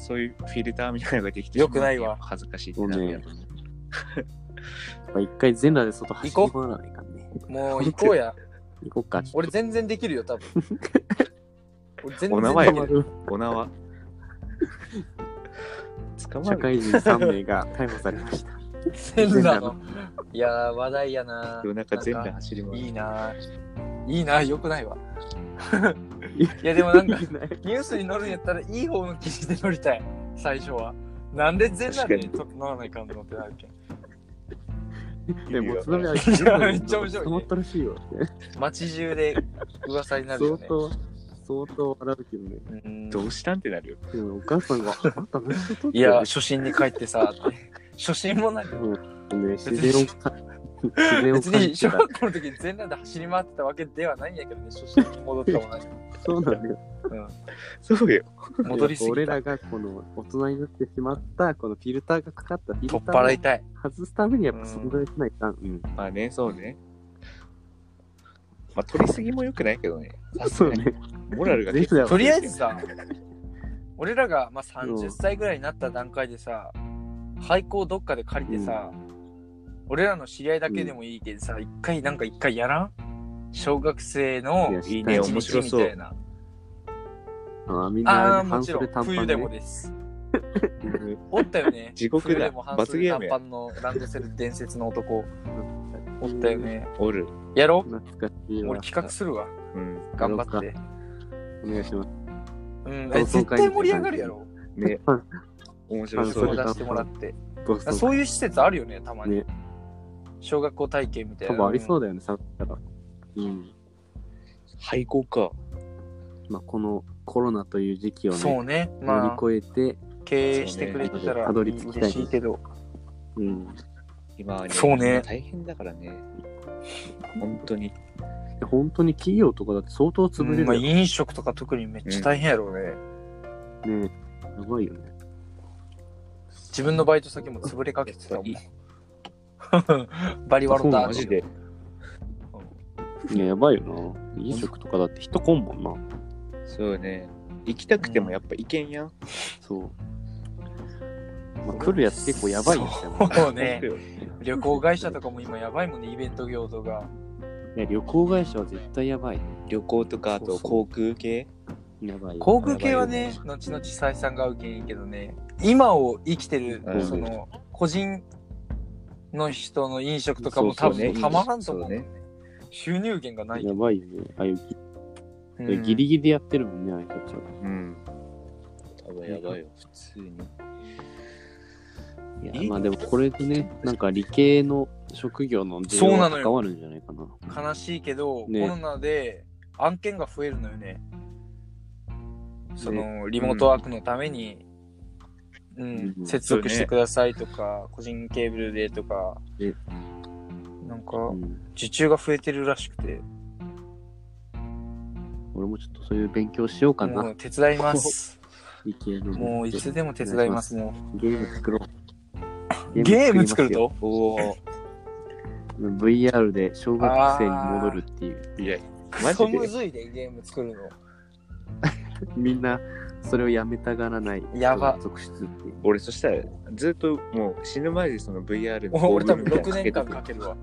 Speaker 2: そういうフィルターみたいなのができて
Speaker 3: よくないわ
Speaker 2: しまう恥ずかしいってなるやろね。
Speaker 1: やっぱ一回全裸で外走り込まないかんね。
Speaker 3: もう行こうや。
Speaker 1: 行こっか。ちょっ
Speaker 3: 俺全然できるよ、多分。俺全
Speaker 2: お
Speaker 3: 然
Speaker 2: 名
Speaker 3: で
Speaker 2: 前
Speaker 1: と
Speaker 3: き
Speaker 1: 捕ま
Speaker 3: る。
Speaker 1: る
Speaker 2: お縄。捕ま
Speaker 1: 社
Speaker 2: る
Speaker 1: 会人3名が逮捕されました。
Speaker 3: 全然だの。いやー、話題やな。
Speaker 2: 夜中全部
Speaker 3: なんか
Speaker 2: 走り回
Speaker 3: いい
Speaker 2: る。
Speaker 3: ないいな、よくないわ。いや、でもなんか、ニュースに乗るんやったら、いい方の記事で乗りたい、最初は。なんで全裸で
Speaker 2: 確
Speaker 3: 乗らないかんのってなるけ ん。
Speaker 1: でも、津波は
Speaker 3: めっちゃ面白い
Speaker 1: 止
Speaker 3: ね
Speaker 1: まったらしいよ。
Speaker 3: 街中で噂になるよ
Speaker 1: 相
Speaker 3: ね。
Speaker 1: 当、相当笑うけどね。
Speaker 3: うん
Speaker 2: どうしたんってなるよ。
Speaker 1: でもお母さんが、あんた何しとっ
Speaker 3: いや、初心に帰ってさ、って初心 もない。
Speaker 1: てね、自然をか、自然を
Speaker 3: 別
Speaker 1: 感
Speaker 3: に
Speaker 1: じ
Speaker 3: 小
Speaker 1: たら。
Speaker 3: 学校の時に全裸で走り回ってたわけではないんやけどね、初心に戻ったもない。
Speaker 1: そうなんだよ。
Speaker 2: そうよ。
Speaker 3: 戻りすぎ
Speaker 1: 俺
Speaker 3: た。
Speaker 1: らがこの大人になってしまった、このフィルターがかかったフィルタ
Speaker 3: 取っ払
Speaker 1: ー
Speaker 3: いたい。
Speaker 1: を外すためにやっぱ存在しないかん。うん。
Speaker 2: まあね、そうね。まあ、取りすぎも良くないけどね。
Speaker 1: そうね。
Speaker 2: モラルが
Speaker 1: 全
Speaker 2: 結構
Speaker 1: 部だ
Speaker 3: と
Speaker 1: わ
Speaker 3: りあえずさ、俺らがまあ
Speaker 1: うん
Speaker 3: 30歳ぐらいになった段階でさ、廃校どっかで借りてさ、俺らの知り合いだけでもいいけどさ、一回、なんか一回やらん小学生の
Speaker 1: いや
Speaker 2: いいね
Speaker 3: 一
Speaker 2: 面
Speaker 3: 日
Speaker 2: 白
Speaker 3: み
Speaker 2: そう
Speaker 3: たいな。
Speaker 1: あーみん
Speaker 3: ああ
Speaker 1: な
Speaker 3: ー、も
Speaker 1: 半
Speaker 3: ちろ
Speaker 1: 袖
Speaker 3: ん、
Speaker 1: 短パ
Speaker 3: 冬
Speaker 1: ンで
Speaker 3: でもです。おった よね。
Speaker 2: 地獄だ
Speaker 3: 冬でも半
Speaker 2: 罰ゲー
Speaker 3: 袖短
Speaker 2: ムや
Speaker 3: パンのランドセル伝説の男。おったよね。
Speaker 2: おる。
Speaker 3: やろ
Speaker 1: 懐かしいうわ
Speaker 3: 俺。企画するわ。
Speaker 2: うん。
Speaker 3: 頑張って。
Speaker 1: お願いします。
Speaker 3: うん、
Speaker 1: 同窓
Speaker 3: え
Speaker 1: 会
Speaker 3: 絶対盛り上がるやろ。
Speaker 2: ね、面白
Speaker 1: 同
Speaker 2: そ
Speaker 3: 相
Speaker 1: 窓
Speaker 2: う。
Speaker 1: 会
Speaker 3: 談してもらって。
Speaker 1: どうぞ。
Speaker 3: そういう施設あるよね、たまに
Speaker 1: ね。
Speaker 3: 小学校体験みたい
Speaker 1: 多
Speaker 3: な。
Speaker 1: 分ありそうだよね、さっきから。うん。
Speaker 2: 廃校か。
Speaker 1: まあ、このコロナという時期を
Speaker 3: そ
Speaker 1: ね、
Speaker 3: うね。
Speaker 1: 乗
Speaker 3: まあ、
Speaker 1: り越えて、
Speaker 3: 経営してくれてたら
Speaker 1: たどり着きたい
Speaker 3: 嬉しいけど。
Speaker 1: うん。
Speaker 2: 今は
Speaker 3: そうね
Speaker 2: 大変だからね。本当に。
Speaker 1: 本当に企業とかだって相当潰れ
Speaker 3: うんまあ
Speaker 1: るよね。
Speaker 3: 飲食とか特にめっちゃ大変やろうね。
Speaker 1: ねやばいよね。
Speaker 3: 自分のバイト先も潰れかけてたもん。バリワロ
Speaker 1: そう
Speaker 3: タ
Speaker 1: マ
Speaker 2: マジ
Speaker 1: ジ
Speaker 2: で。
Speaker 1: いや、やばいよな。飲食とかだって人来んもんな。
Speaker 2: そうね。行きたくてもやっぱ行けんやん。
Speaker 1: そう。まあ、来るやつ結構やばいよね。
Speaker 3: そうね。旅行会社とかも今やばいもんね、イベント業とか。
Speaker 1: いや旅行会社は絶対やばい。
Speaker 2: 旅行とか、あと航空系。
Speaker 1: やばいよ。
Speaker 3: 航空系は
Speaker 2: やば
Speaker 3: ね
Speaker 2: いよ、
Speaker 3: 後々採算が受けんいいけどね、今を生きてる
Speaker 2: う、ん
Speaker 3: その、個人の人の飲食とかも多
Speaker 1: そうそう
Speaker 3: 分
Speaker 1: ね
Speaker 3: たまらんと思う
Speaker 2: そう
Speaker 3: ね
Speaker 2: ね。
Speaker 3: 収入源がない。
Speaker 1: やばいよね。ああいうぎ、
Speaker 3: うん
Speaker 1: ギリギリでやってるもんね、ああいう人たちは。
Speaker 2: うん。多分やばいよ、普通に。
Speaker 1: いや
Speaker 2: いい
Speaker 1: まあでもこれでね、なんか理系の職業の需
Speaker 3: そう
Speaker 1: 要
Speaker 3: な
Speaker 1: が
Speaker 3: のよ
Speaker 1: 関わるんじゃないかな。
Speaker 3: 悲しいけど、
Speaker 1: ね
Speaker 3: コロナで案件が増えるのよね。その、リモートワークのために、うん、
Speaker 1: うん
Speaker 3: 接続してくださいとか、個人ケーブルでとか
Speaker 1: ね、
Speaker 3: なんか、
Speaker 1: うん
Speaker 3: 受注が増えてるらしくて、
Speaker 1: 俺もちょっとそういう勉強しようか
Speaker 3: も
Speaker 1: な。
Speaker 3: う手伝います。
Speaker 1: 理系の。
Speaker 3: もういつでも手伝います、も
Speaker 1: ゲーム作ろ
Speaker 3: う。
Speaker 1: う。
Speaker 3: ゲーム作る
Speaker 1: ゲーム
Speaker 3: と
Speaker 2: おお。
Speaker 1: 作りますよ ?VR で小学生に戻るっていう。
Speaker 2: いや、マ
Speaker 3: そ
Speaker 2: ジ
Speaker 3: む
Speaker 2: で。
Speaker 3: ずいで、ゲーム作るの。
Speaker 1: みんなそれをやめたがらない。
Speaker 3: やば
Speaker 1: 続出っていう。
Speaker 2: 俺、そしたら、ずっともう死ぬ前でその VR の
Speaker 3: お
Speaker 2: ゴー
Speaker 3: 俺
Speaker 2: グ
Speaker 3: 多
Speaker 2: ルみ
Speaker 3: 分
Speaker 2: たいなのか
Speaker 3: 6年
Speaker 2: けと
Speaker 3: 間
Speaker 2: く
Speaker 3: かけるわ。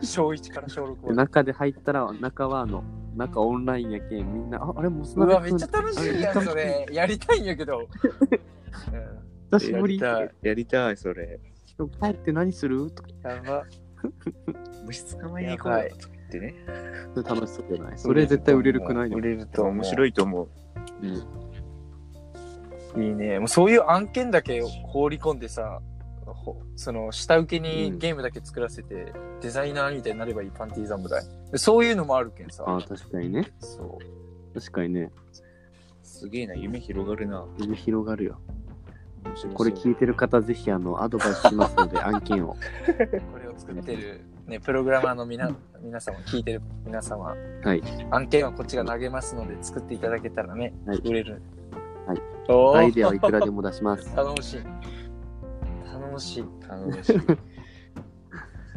Speaker 3: 小1から小6
Speaker 1: で
Speaker 3: まで。
Speaker 1: 中で入ったら、中はあの、中オンラインやけん、みんな、あ、あれもうす
Speaker 3: う
Speaker 1: な
Speaker 3: わ、
Speaker 1: が
Speaker 3: めっちゃ楽しいやん、それ。やりたいんやけ ど。うん
Speaker 1: 久しぶり。
Speaker 3: やり
Speaker 2: やりたい、それ。
Speaker 1: 今日帰って何するとか
Speaker 3: たい。やば。
Speaker 2: 虫捕まえに行こ
Speaker 3: やば
Speaker 2: う
Speaker 3: い
Speaker 2: よとか言ってね。
Speaker 1: それ楽しそうじゃないそれ絶対売れるくない
Speaker 3: 売
Speaker 1: の
Speaker 3: れると思う。
Speaker 2: 面白いと思う。
Speaker 3: いいね。もうそういう案件だけ放り込んでさ、ほその下請けにゲームだけ作らせて、デザイナーみたいになればいいパンティー侍。そういうのもあるけんさ。
Speaker 1: ああ、確かにね。
Speaker 3: そう。
Speaker 1: 確かにね。
Speaker 2: すげえな、夢広がるな。
Speaker 1: 夢広がるよ。
Speaker 2: 面白そう
Speaker 1: これ聞いてる方、ぜひあのアドバイスしますので、案件を。
Speaker 3: これを作ってるね、プログラマーの皆皆様、聞いてる皆様、
Speaker 1: はい
Speaker 3: 案件はこっちが投げますので、作っていただけたらね、
Speaker 1: はい
Speaker 3: 売れる。
Speaker 1: はい
Speaker 3: おー
Speaker 1: アイデアはいくらでも出し ます。
Speaker 3: 頼もしい。頼もしい。
Speaker 2: 楽しい。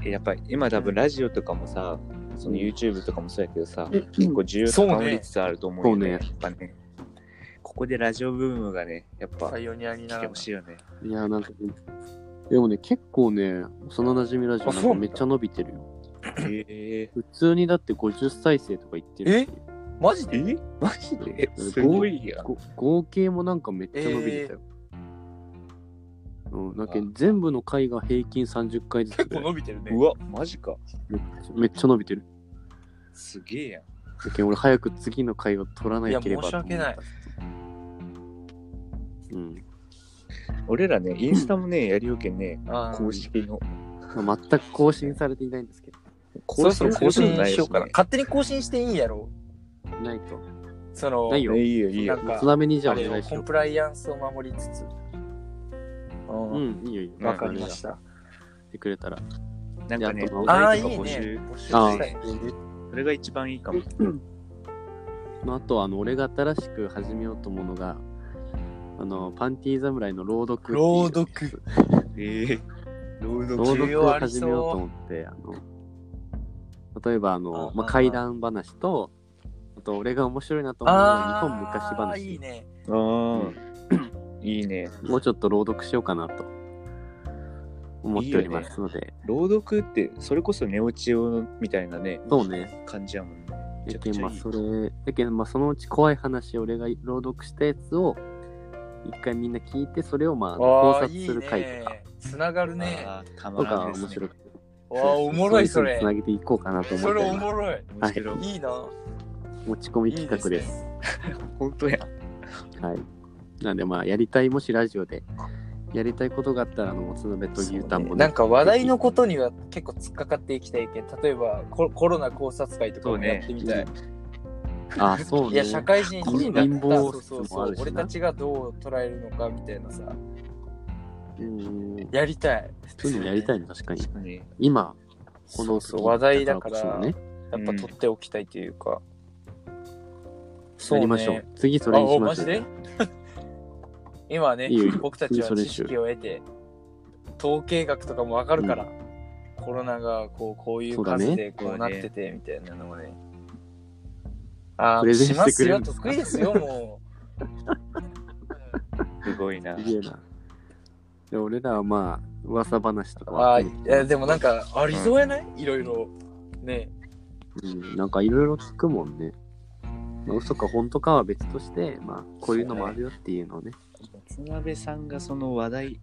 Speaker 2: えやっぱり今多分ラジオとかもさ、その YouTube とかもそうやけどさ、結構需要
Speaker 3: そうね
Speaker 2: 高まりつつあると思う
Speaker 1: そ
Speaker 2: よね。
Speaker 1: うね
Speaker 2: やっぱね。ここでラジオブームがね、やっぱ
Speaker 3: パイオニアに
Speaker 2: 来
Speaker 3: な
Speaker 2: て
Speaker 3: る
Speaker 2: ほ。しいよね。
Speaker 1: いや、なんか、でもね、結構ね、幼馴染ラジオなんか
Speaker 3: あそうなんだ
Speaker 1: めっちゃ伸びてるよ。
Speaker 2: え
Speaker 1: 普通にだって50再生とか言ってるし、
Speaker 3: マジで
Speaker 2: えマジで
Speaker 1: うん
Speaker 2: すごいやん。
Speaker 1: ご合計もなんかめっちゃ伸びてたよ。うん、だけど全部の回が平均30回ずつ
Speaker 3: 結
Speaker 1: ぐ
Speaker 3: 構
Speaker 1: らい
Speaker 3: 伸びてるね
Speaker 2: う。わ、マジか。
Speaker 1: めっちゃ伸びてる。
Speaker 2: すげえやん。
Speaker 1: だけど俺早く次の回を取らないい
Speaker 3: や、
Speaker 1: ければと
Speaker 3: 申し
Speaker 1: 思った
Speaker 3: 訳ない。。
Speaker 1: うん
Speaker 2: 俺らね、インスタもね、やりよけんね、
Speaker 3: あー
Speaker 2: 公式の。
Speaker 1: まあ全く更新されていないんですけど、
Speaker 3: そろそろ更
Speaker 2: 公式の
Speaker 3: 新しようかな。
Speaker 2: ないし
Speaker 3: 勝手に更新していいんやろ
Speaker 1: ないと。
Speaker 3: その、
Speaker 1: ないよ
Speaker 2: ねいいよ、いいよ。
Speaker 3: なんか
Speaker 1: 津波にじゃ
Speaker 3: あ
Speaker 1: あお
Speaker 3: れ
Speaker 1: 願
Speaker 3: を
Speaker 1: いし
Speaker 3: コ
Speaker 1: よ
Speaker 3: ンプライアンスを守りつつ。
Speaker 1: う。
Speaker 3: う。
Speaker 1: うんん、いいよいいよ。
Speaker 2: うん
Speaker 3: わかりました。
Speaker 1: てくれたら。
Speaker 2: なんかね、
Speaker 1: やっと
Speaker 2: お
Speaker 3: ああ
Speaker 2: 題
Speaker 3: ー、
Speaker 2: とか
Speaker 3: いい
Speaker 2: 募集
Speaker 3: ね。募集
Speaker 1: あ
Speaker 3: したい。
Speaker 2: それが一番いいかも。
Speaker 1: まあ、あとはあの俺が新しく始めようと思うのがあのパンティー侍の朗読っていう
Speaker 3: 朗読
Speaker 2: ええ朗読
Speaker 1: 朗
Speaker 3: 需
Speaker 1: 読を
Speaker 3: 要あり
Speaker 1: 始
Speaker 3: そう
Speaker 1: めようと思ってあの例えばあの
Speaker 3: あ
Speaker 1: まあ、
Speaker 3: あ
Speaker 1: 怪談話とあと俺が面白いなと思うのは
Speaker 3: あ
Speaker 1: 日
Speaker 3: あ、
Speaker 1: 本昔話
Speaker 3: いいね。
Speaker 2: ああ、いいね。
Speaker 1: もうちょっと朗読しようかなと思っておりますので
Speaker 2: 朗読って、それこそ寝落ち用みたいなね、
Speaker 1: そうね
Speaker 2: 感じやもんね。めち
Speaker 1: だ
Speaker 2: ゃ
Speaker 1: け
Speaker 2: くち
Speaker 1: どま
Speaker 2: ゃ
Speaker 1: あ
Speaker 2: いい
Speaker 1: それだけどまあそのうち怖い話を俺が朗読したやつを一回みんな聞いてそれをまあ考
Speaker 3: ああ、
Speaker 1: 察
Speaker 3: い
Speaker 1: す
Speaker 3: い
Speaker 1: る回とか
Speaker 3: ね。つながるね。
Speaker 2: あ
Speaker 3: わ
Speaker 2: ーた
Speaker 1: と
Speaker 2: ま
Speaker 1: から
Speaker 2: ん
Speaker 1: 面
Speaker 2: ですね
Speaker 1: 白くて
Speaker 3: あ、おもろいそれ
Speaker 1: つ。なげていこうかなと思
Speaker 3: そ
Speaker 1: っ
Speaker 3: れ
Speaker 1: てお
Speaker 3: お
Speaker 1: ります
Speaker 3: もろい。
Speaker 1: 面白い
Speaker 2: 面白い
Speaker 3: いいな。
Speaker 1: 持ち込み企画です
Speaker 3: す。
Speaker 2: 本当や。
Speaker 1: はいなんでまあやりたいもしラジオでやりたいことがあったらあのもつ鍋と牛タンも
Speaker 3: な
Speaker 1: ね
Speaker 3: んか話題のことには結構突っかかっていきたいけど例えばココロナ考察会とか
Speaker 2: そう
Speaker 3: も
Speaker 2: ね
Speaker 3: やってみたい、
Speaker 1: ああそう
Speaker 3: い
Speaker 1: ね
Speaker 3: や社会人
Speaker 1: 貧
Speaker 3: だった
Speaker 1: 乏
Speaker 3: そうそ
Speaker 1: 説
Speaker 3: う
Speaker 1: も
Speaker 3: そ
Speaker 1: あ
Speaker 3: う
Speaker 1: るしな
Speaker 3: 俺たちがどう捉えるのかみたいなさ
Speaker 1: うん
Speaker 3: やりたい
Speaker 1: そういうのやりたいね確かに
Speaker 2: 確かに。
Speaker 1: 今こ
Speaker 3: そ
Speaker 1: の
Speaker 3: う
Speaker 1: 時
Speaker 3: そう話題だから
Speaker 1: こそ
Speaker 3: やっ
Speaker 1: ね
Speaker 3: ぱ取っておきたいというか、
Speaker 1: やりましょう次そ
Speaker 3: あ
Speaker 1: れにし
Speaker 3: お
Speaker 1: ま
Speaker 3: マ
Speaker 1: し
Speaker 3: ジ
Speaker 1: ょ
Speaker 3: で
Speaker 1: う
Speaker 3: 今ね
Speaker 1: いいよいいよ
Speaker 3: 僕たちは知識を得て統計学とかもわかるから、コロナがこうこういう
Speaker 1: そうだね
Speaker 3: 数でこうなっててみたいなのもね
Speaker 1: プ
Speaker 3: ああ
Speaker 1: レゼ
Speaker 3: し
Speaker 1: ンし
Speaker 3: ま
Speaker 1: てく
Speaker 3: す
Speaker 1: れる
Speaker 3: よ
Speaker 1: んですか
Speaker 3: 得意ですよも
Speaker 2: すごいな。
Speaker 1: すげえな。で俺らはまあ、噂話とか
Speaker 3: うあ
Speaker 1: は
Speaker 3: ーいやでもなんかありそうやない、いろいろね
Speaker 1: うん、なんかいろいろ聞くもんね。まあ、嘘か本当かは別として、まあ、こういうのもあるよっていうのをね。
Speaker 2: 松鍋さんがその話題、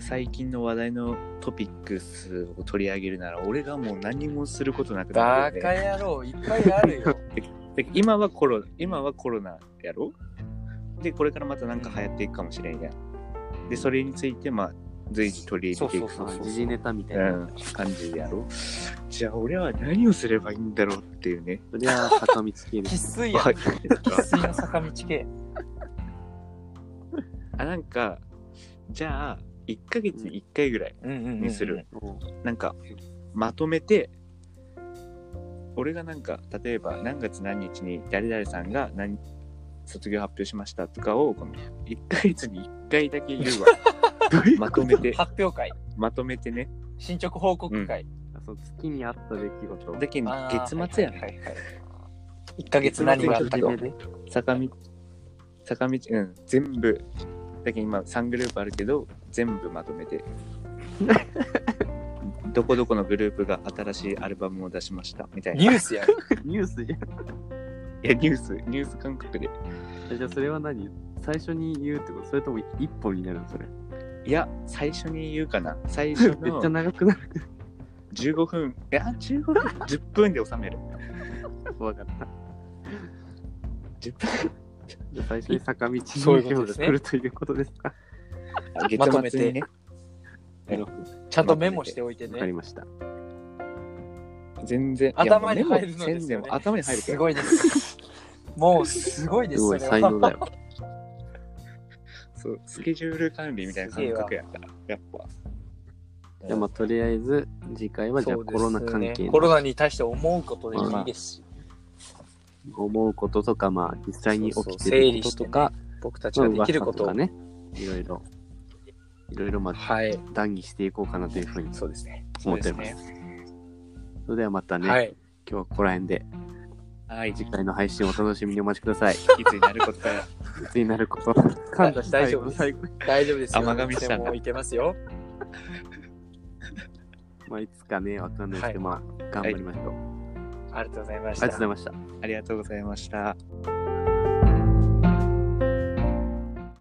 Speaker 2: 最近の話題のトピックスを取り上げるなら、俺がもう何もすることなくな
Speaker 3: バ
Speaker 2: るよ
Speaker 3: カ
Speaker 2: ね。
Speaker 3: 野郎いっぱいある よ
Speaker 2: で今はコロ、今はコロナやろで、これからまたなんか流行っていくかもしれんやん。で、それについて、まあ、随時取り入れていく
Speaker 3: そうそうそう
Speaker 1: まあ時事ネタみたいな。
Speaker 2: うん、感じでやろう。じゃあ俺は何をすればいいんだろうっていうね。
Speaker 1: そりゃ、坂道系 で
Speaker 3: 生
Speaker 1: す。
Speaker 3: 粋や
Speaker 2: はい
Speaker 3: 生粋の坂道系
Speaker 2: あなんかじゃあ1ヶ月に1回ぐらい
Speaker 3: うんうんうんうん
Speaker 2: にする、
Speaker 1: うん
Speaker 2: なんかまとめて俺がなんか例えば何月何日に誰々さんが何卒業発表しましたとかをこの1ヶ月に1回だけ言 うわまとめて
Speaker 3: 発表会
Speaker 2: まとめてね
Speaker 3: 進捗報告会、
Speaker 1: あ そう月にあった出来事。
Speaker 2: だけど
Speaker 3: あー
Speaker 2: 月末や
Speaker 3: は
Speaker 2: ね
Speaker 3: いはいはい1ヶ月何があったか
Speaker 1: 月末の
Speaker 2: 坂道坂道うん全部だけど今3グループあるけど全部まとめて どこどこのグループが新しいアルバムを出しましたみたいな
Speaker 3: ニュー スやん
Speaker 1: ニュースじゃ
Speaker 2: いやニュースニュース感覚で
Speaker 1: ん。じゃあ、それは何最初に言うってことそれとも一本になるのそれ。
Speaker 2: いや最初に言うかな最
Speaker 1: め
Speaker 2: 初
Speaker 1: っちゃ
Speaker 2: の
Speaker 1: 長くなる。
Speaker 2: 15分いや15分10分 で収める
Speaker 1: わかった。
Speaker 2: 10分
Speaker 1: じゃあ、最初に坂道の
Speaker 3: そういうこと
Speaker 1: を
Speaker 3: です
Speaker 1: 作
Speaker 3: ね
Speaker 1: るということですか。
Speaker 2: あ
Speaker 3: まとめ
Speaker 2: 月
Speaker 3: て
Speaker 2: 末にね
Speaker 1: なるほど。
Speaker 3: ちゃんとメモしておいて
Speaker 1: わかり
Speaker 3: ね。
Speaker 1: ました。
Speaker 2: 全然
Speaker 3: 頭に入るのですよね
Speaker 2: いやもうメモ全然頭に入る
Speaker 3: す
Speaker 2: い
Speaker 3: ごいです。もうすごいですす。
Speaker 1: ごい
Speaker 3: それ
Speaker 1: 才
Speaker 3: は
Speaker 1: 能だよ。
Speaker 2: そうスケジュール管理みたいな感覚やからやっぱ
Speaker 1: じゃあまあとりあえず次回はじゃあ
Speaker 3: そうです
Speaker 1: コロナ関係
Speaker 3: ね
Speaker 1: の
Speaker 3: コロナに対して思うことでいいですし、
Speaker 1: 思うこととか、まあ、実際に起きて
Speaker 3: そうそう整
Speaker 1: る
Speaker 3: 理
Speaker 1: こ
Speaker 3: し
Speaker 1: と
Speaker 3: て
Speaker 1: と
Speaker 3: ね
Speaker 1: か、
Speaker 3: 僕たちができること
Speaker 1: まあ
Speaker 3: を、
Speaker 1: 噂とかね、いろいろ、いろいろまあ
Speaker 3: はい。
Speaker 1: 談義していこうかなというふうに
Speaker 3: そうですね。
Speaker 1: 思っております。それではまたね、
Speaker 3: はい。
Speaker 1: 今日はここら辺で
Speaker 2: はい、次
Speaker 1: 次回の配信をお楽しみにお待ちください。い
Speaker 2: いつになることから。
Speaker 1: つになる こと。
Speaker 3: い大丈夫です
Speaker 1: 最後の最後
Speaker 3: 大丈夫ですよ。
Speaker 2: 甘噛みしたない
Speaker 3: つでもいけますよ。
Speaker 1: まあいつかね、わかんないですけど、まあ頑張りましょう。
Speaker 3: ありがとうございまし
Speaker 1: ありがとうご
Speaker 3: た
Speaker 1: ざ。いました。
Speaker 2: ありがとうございました。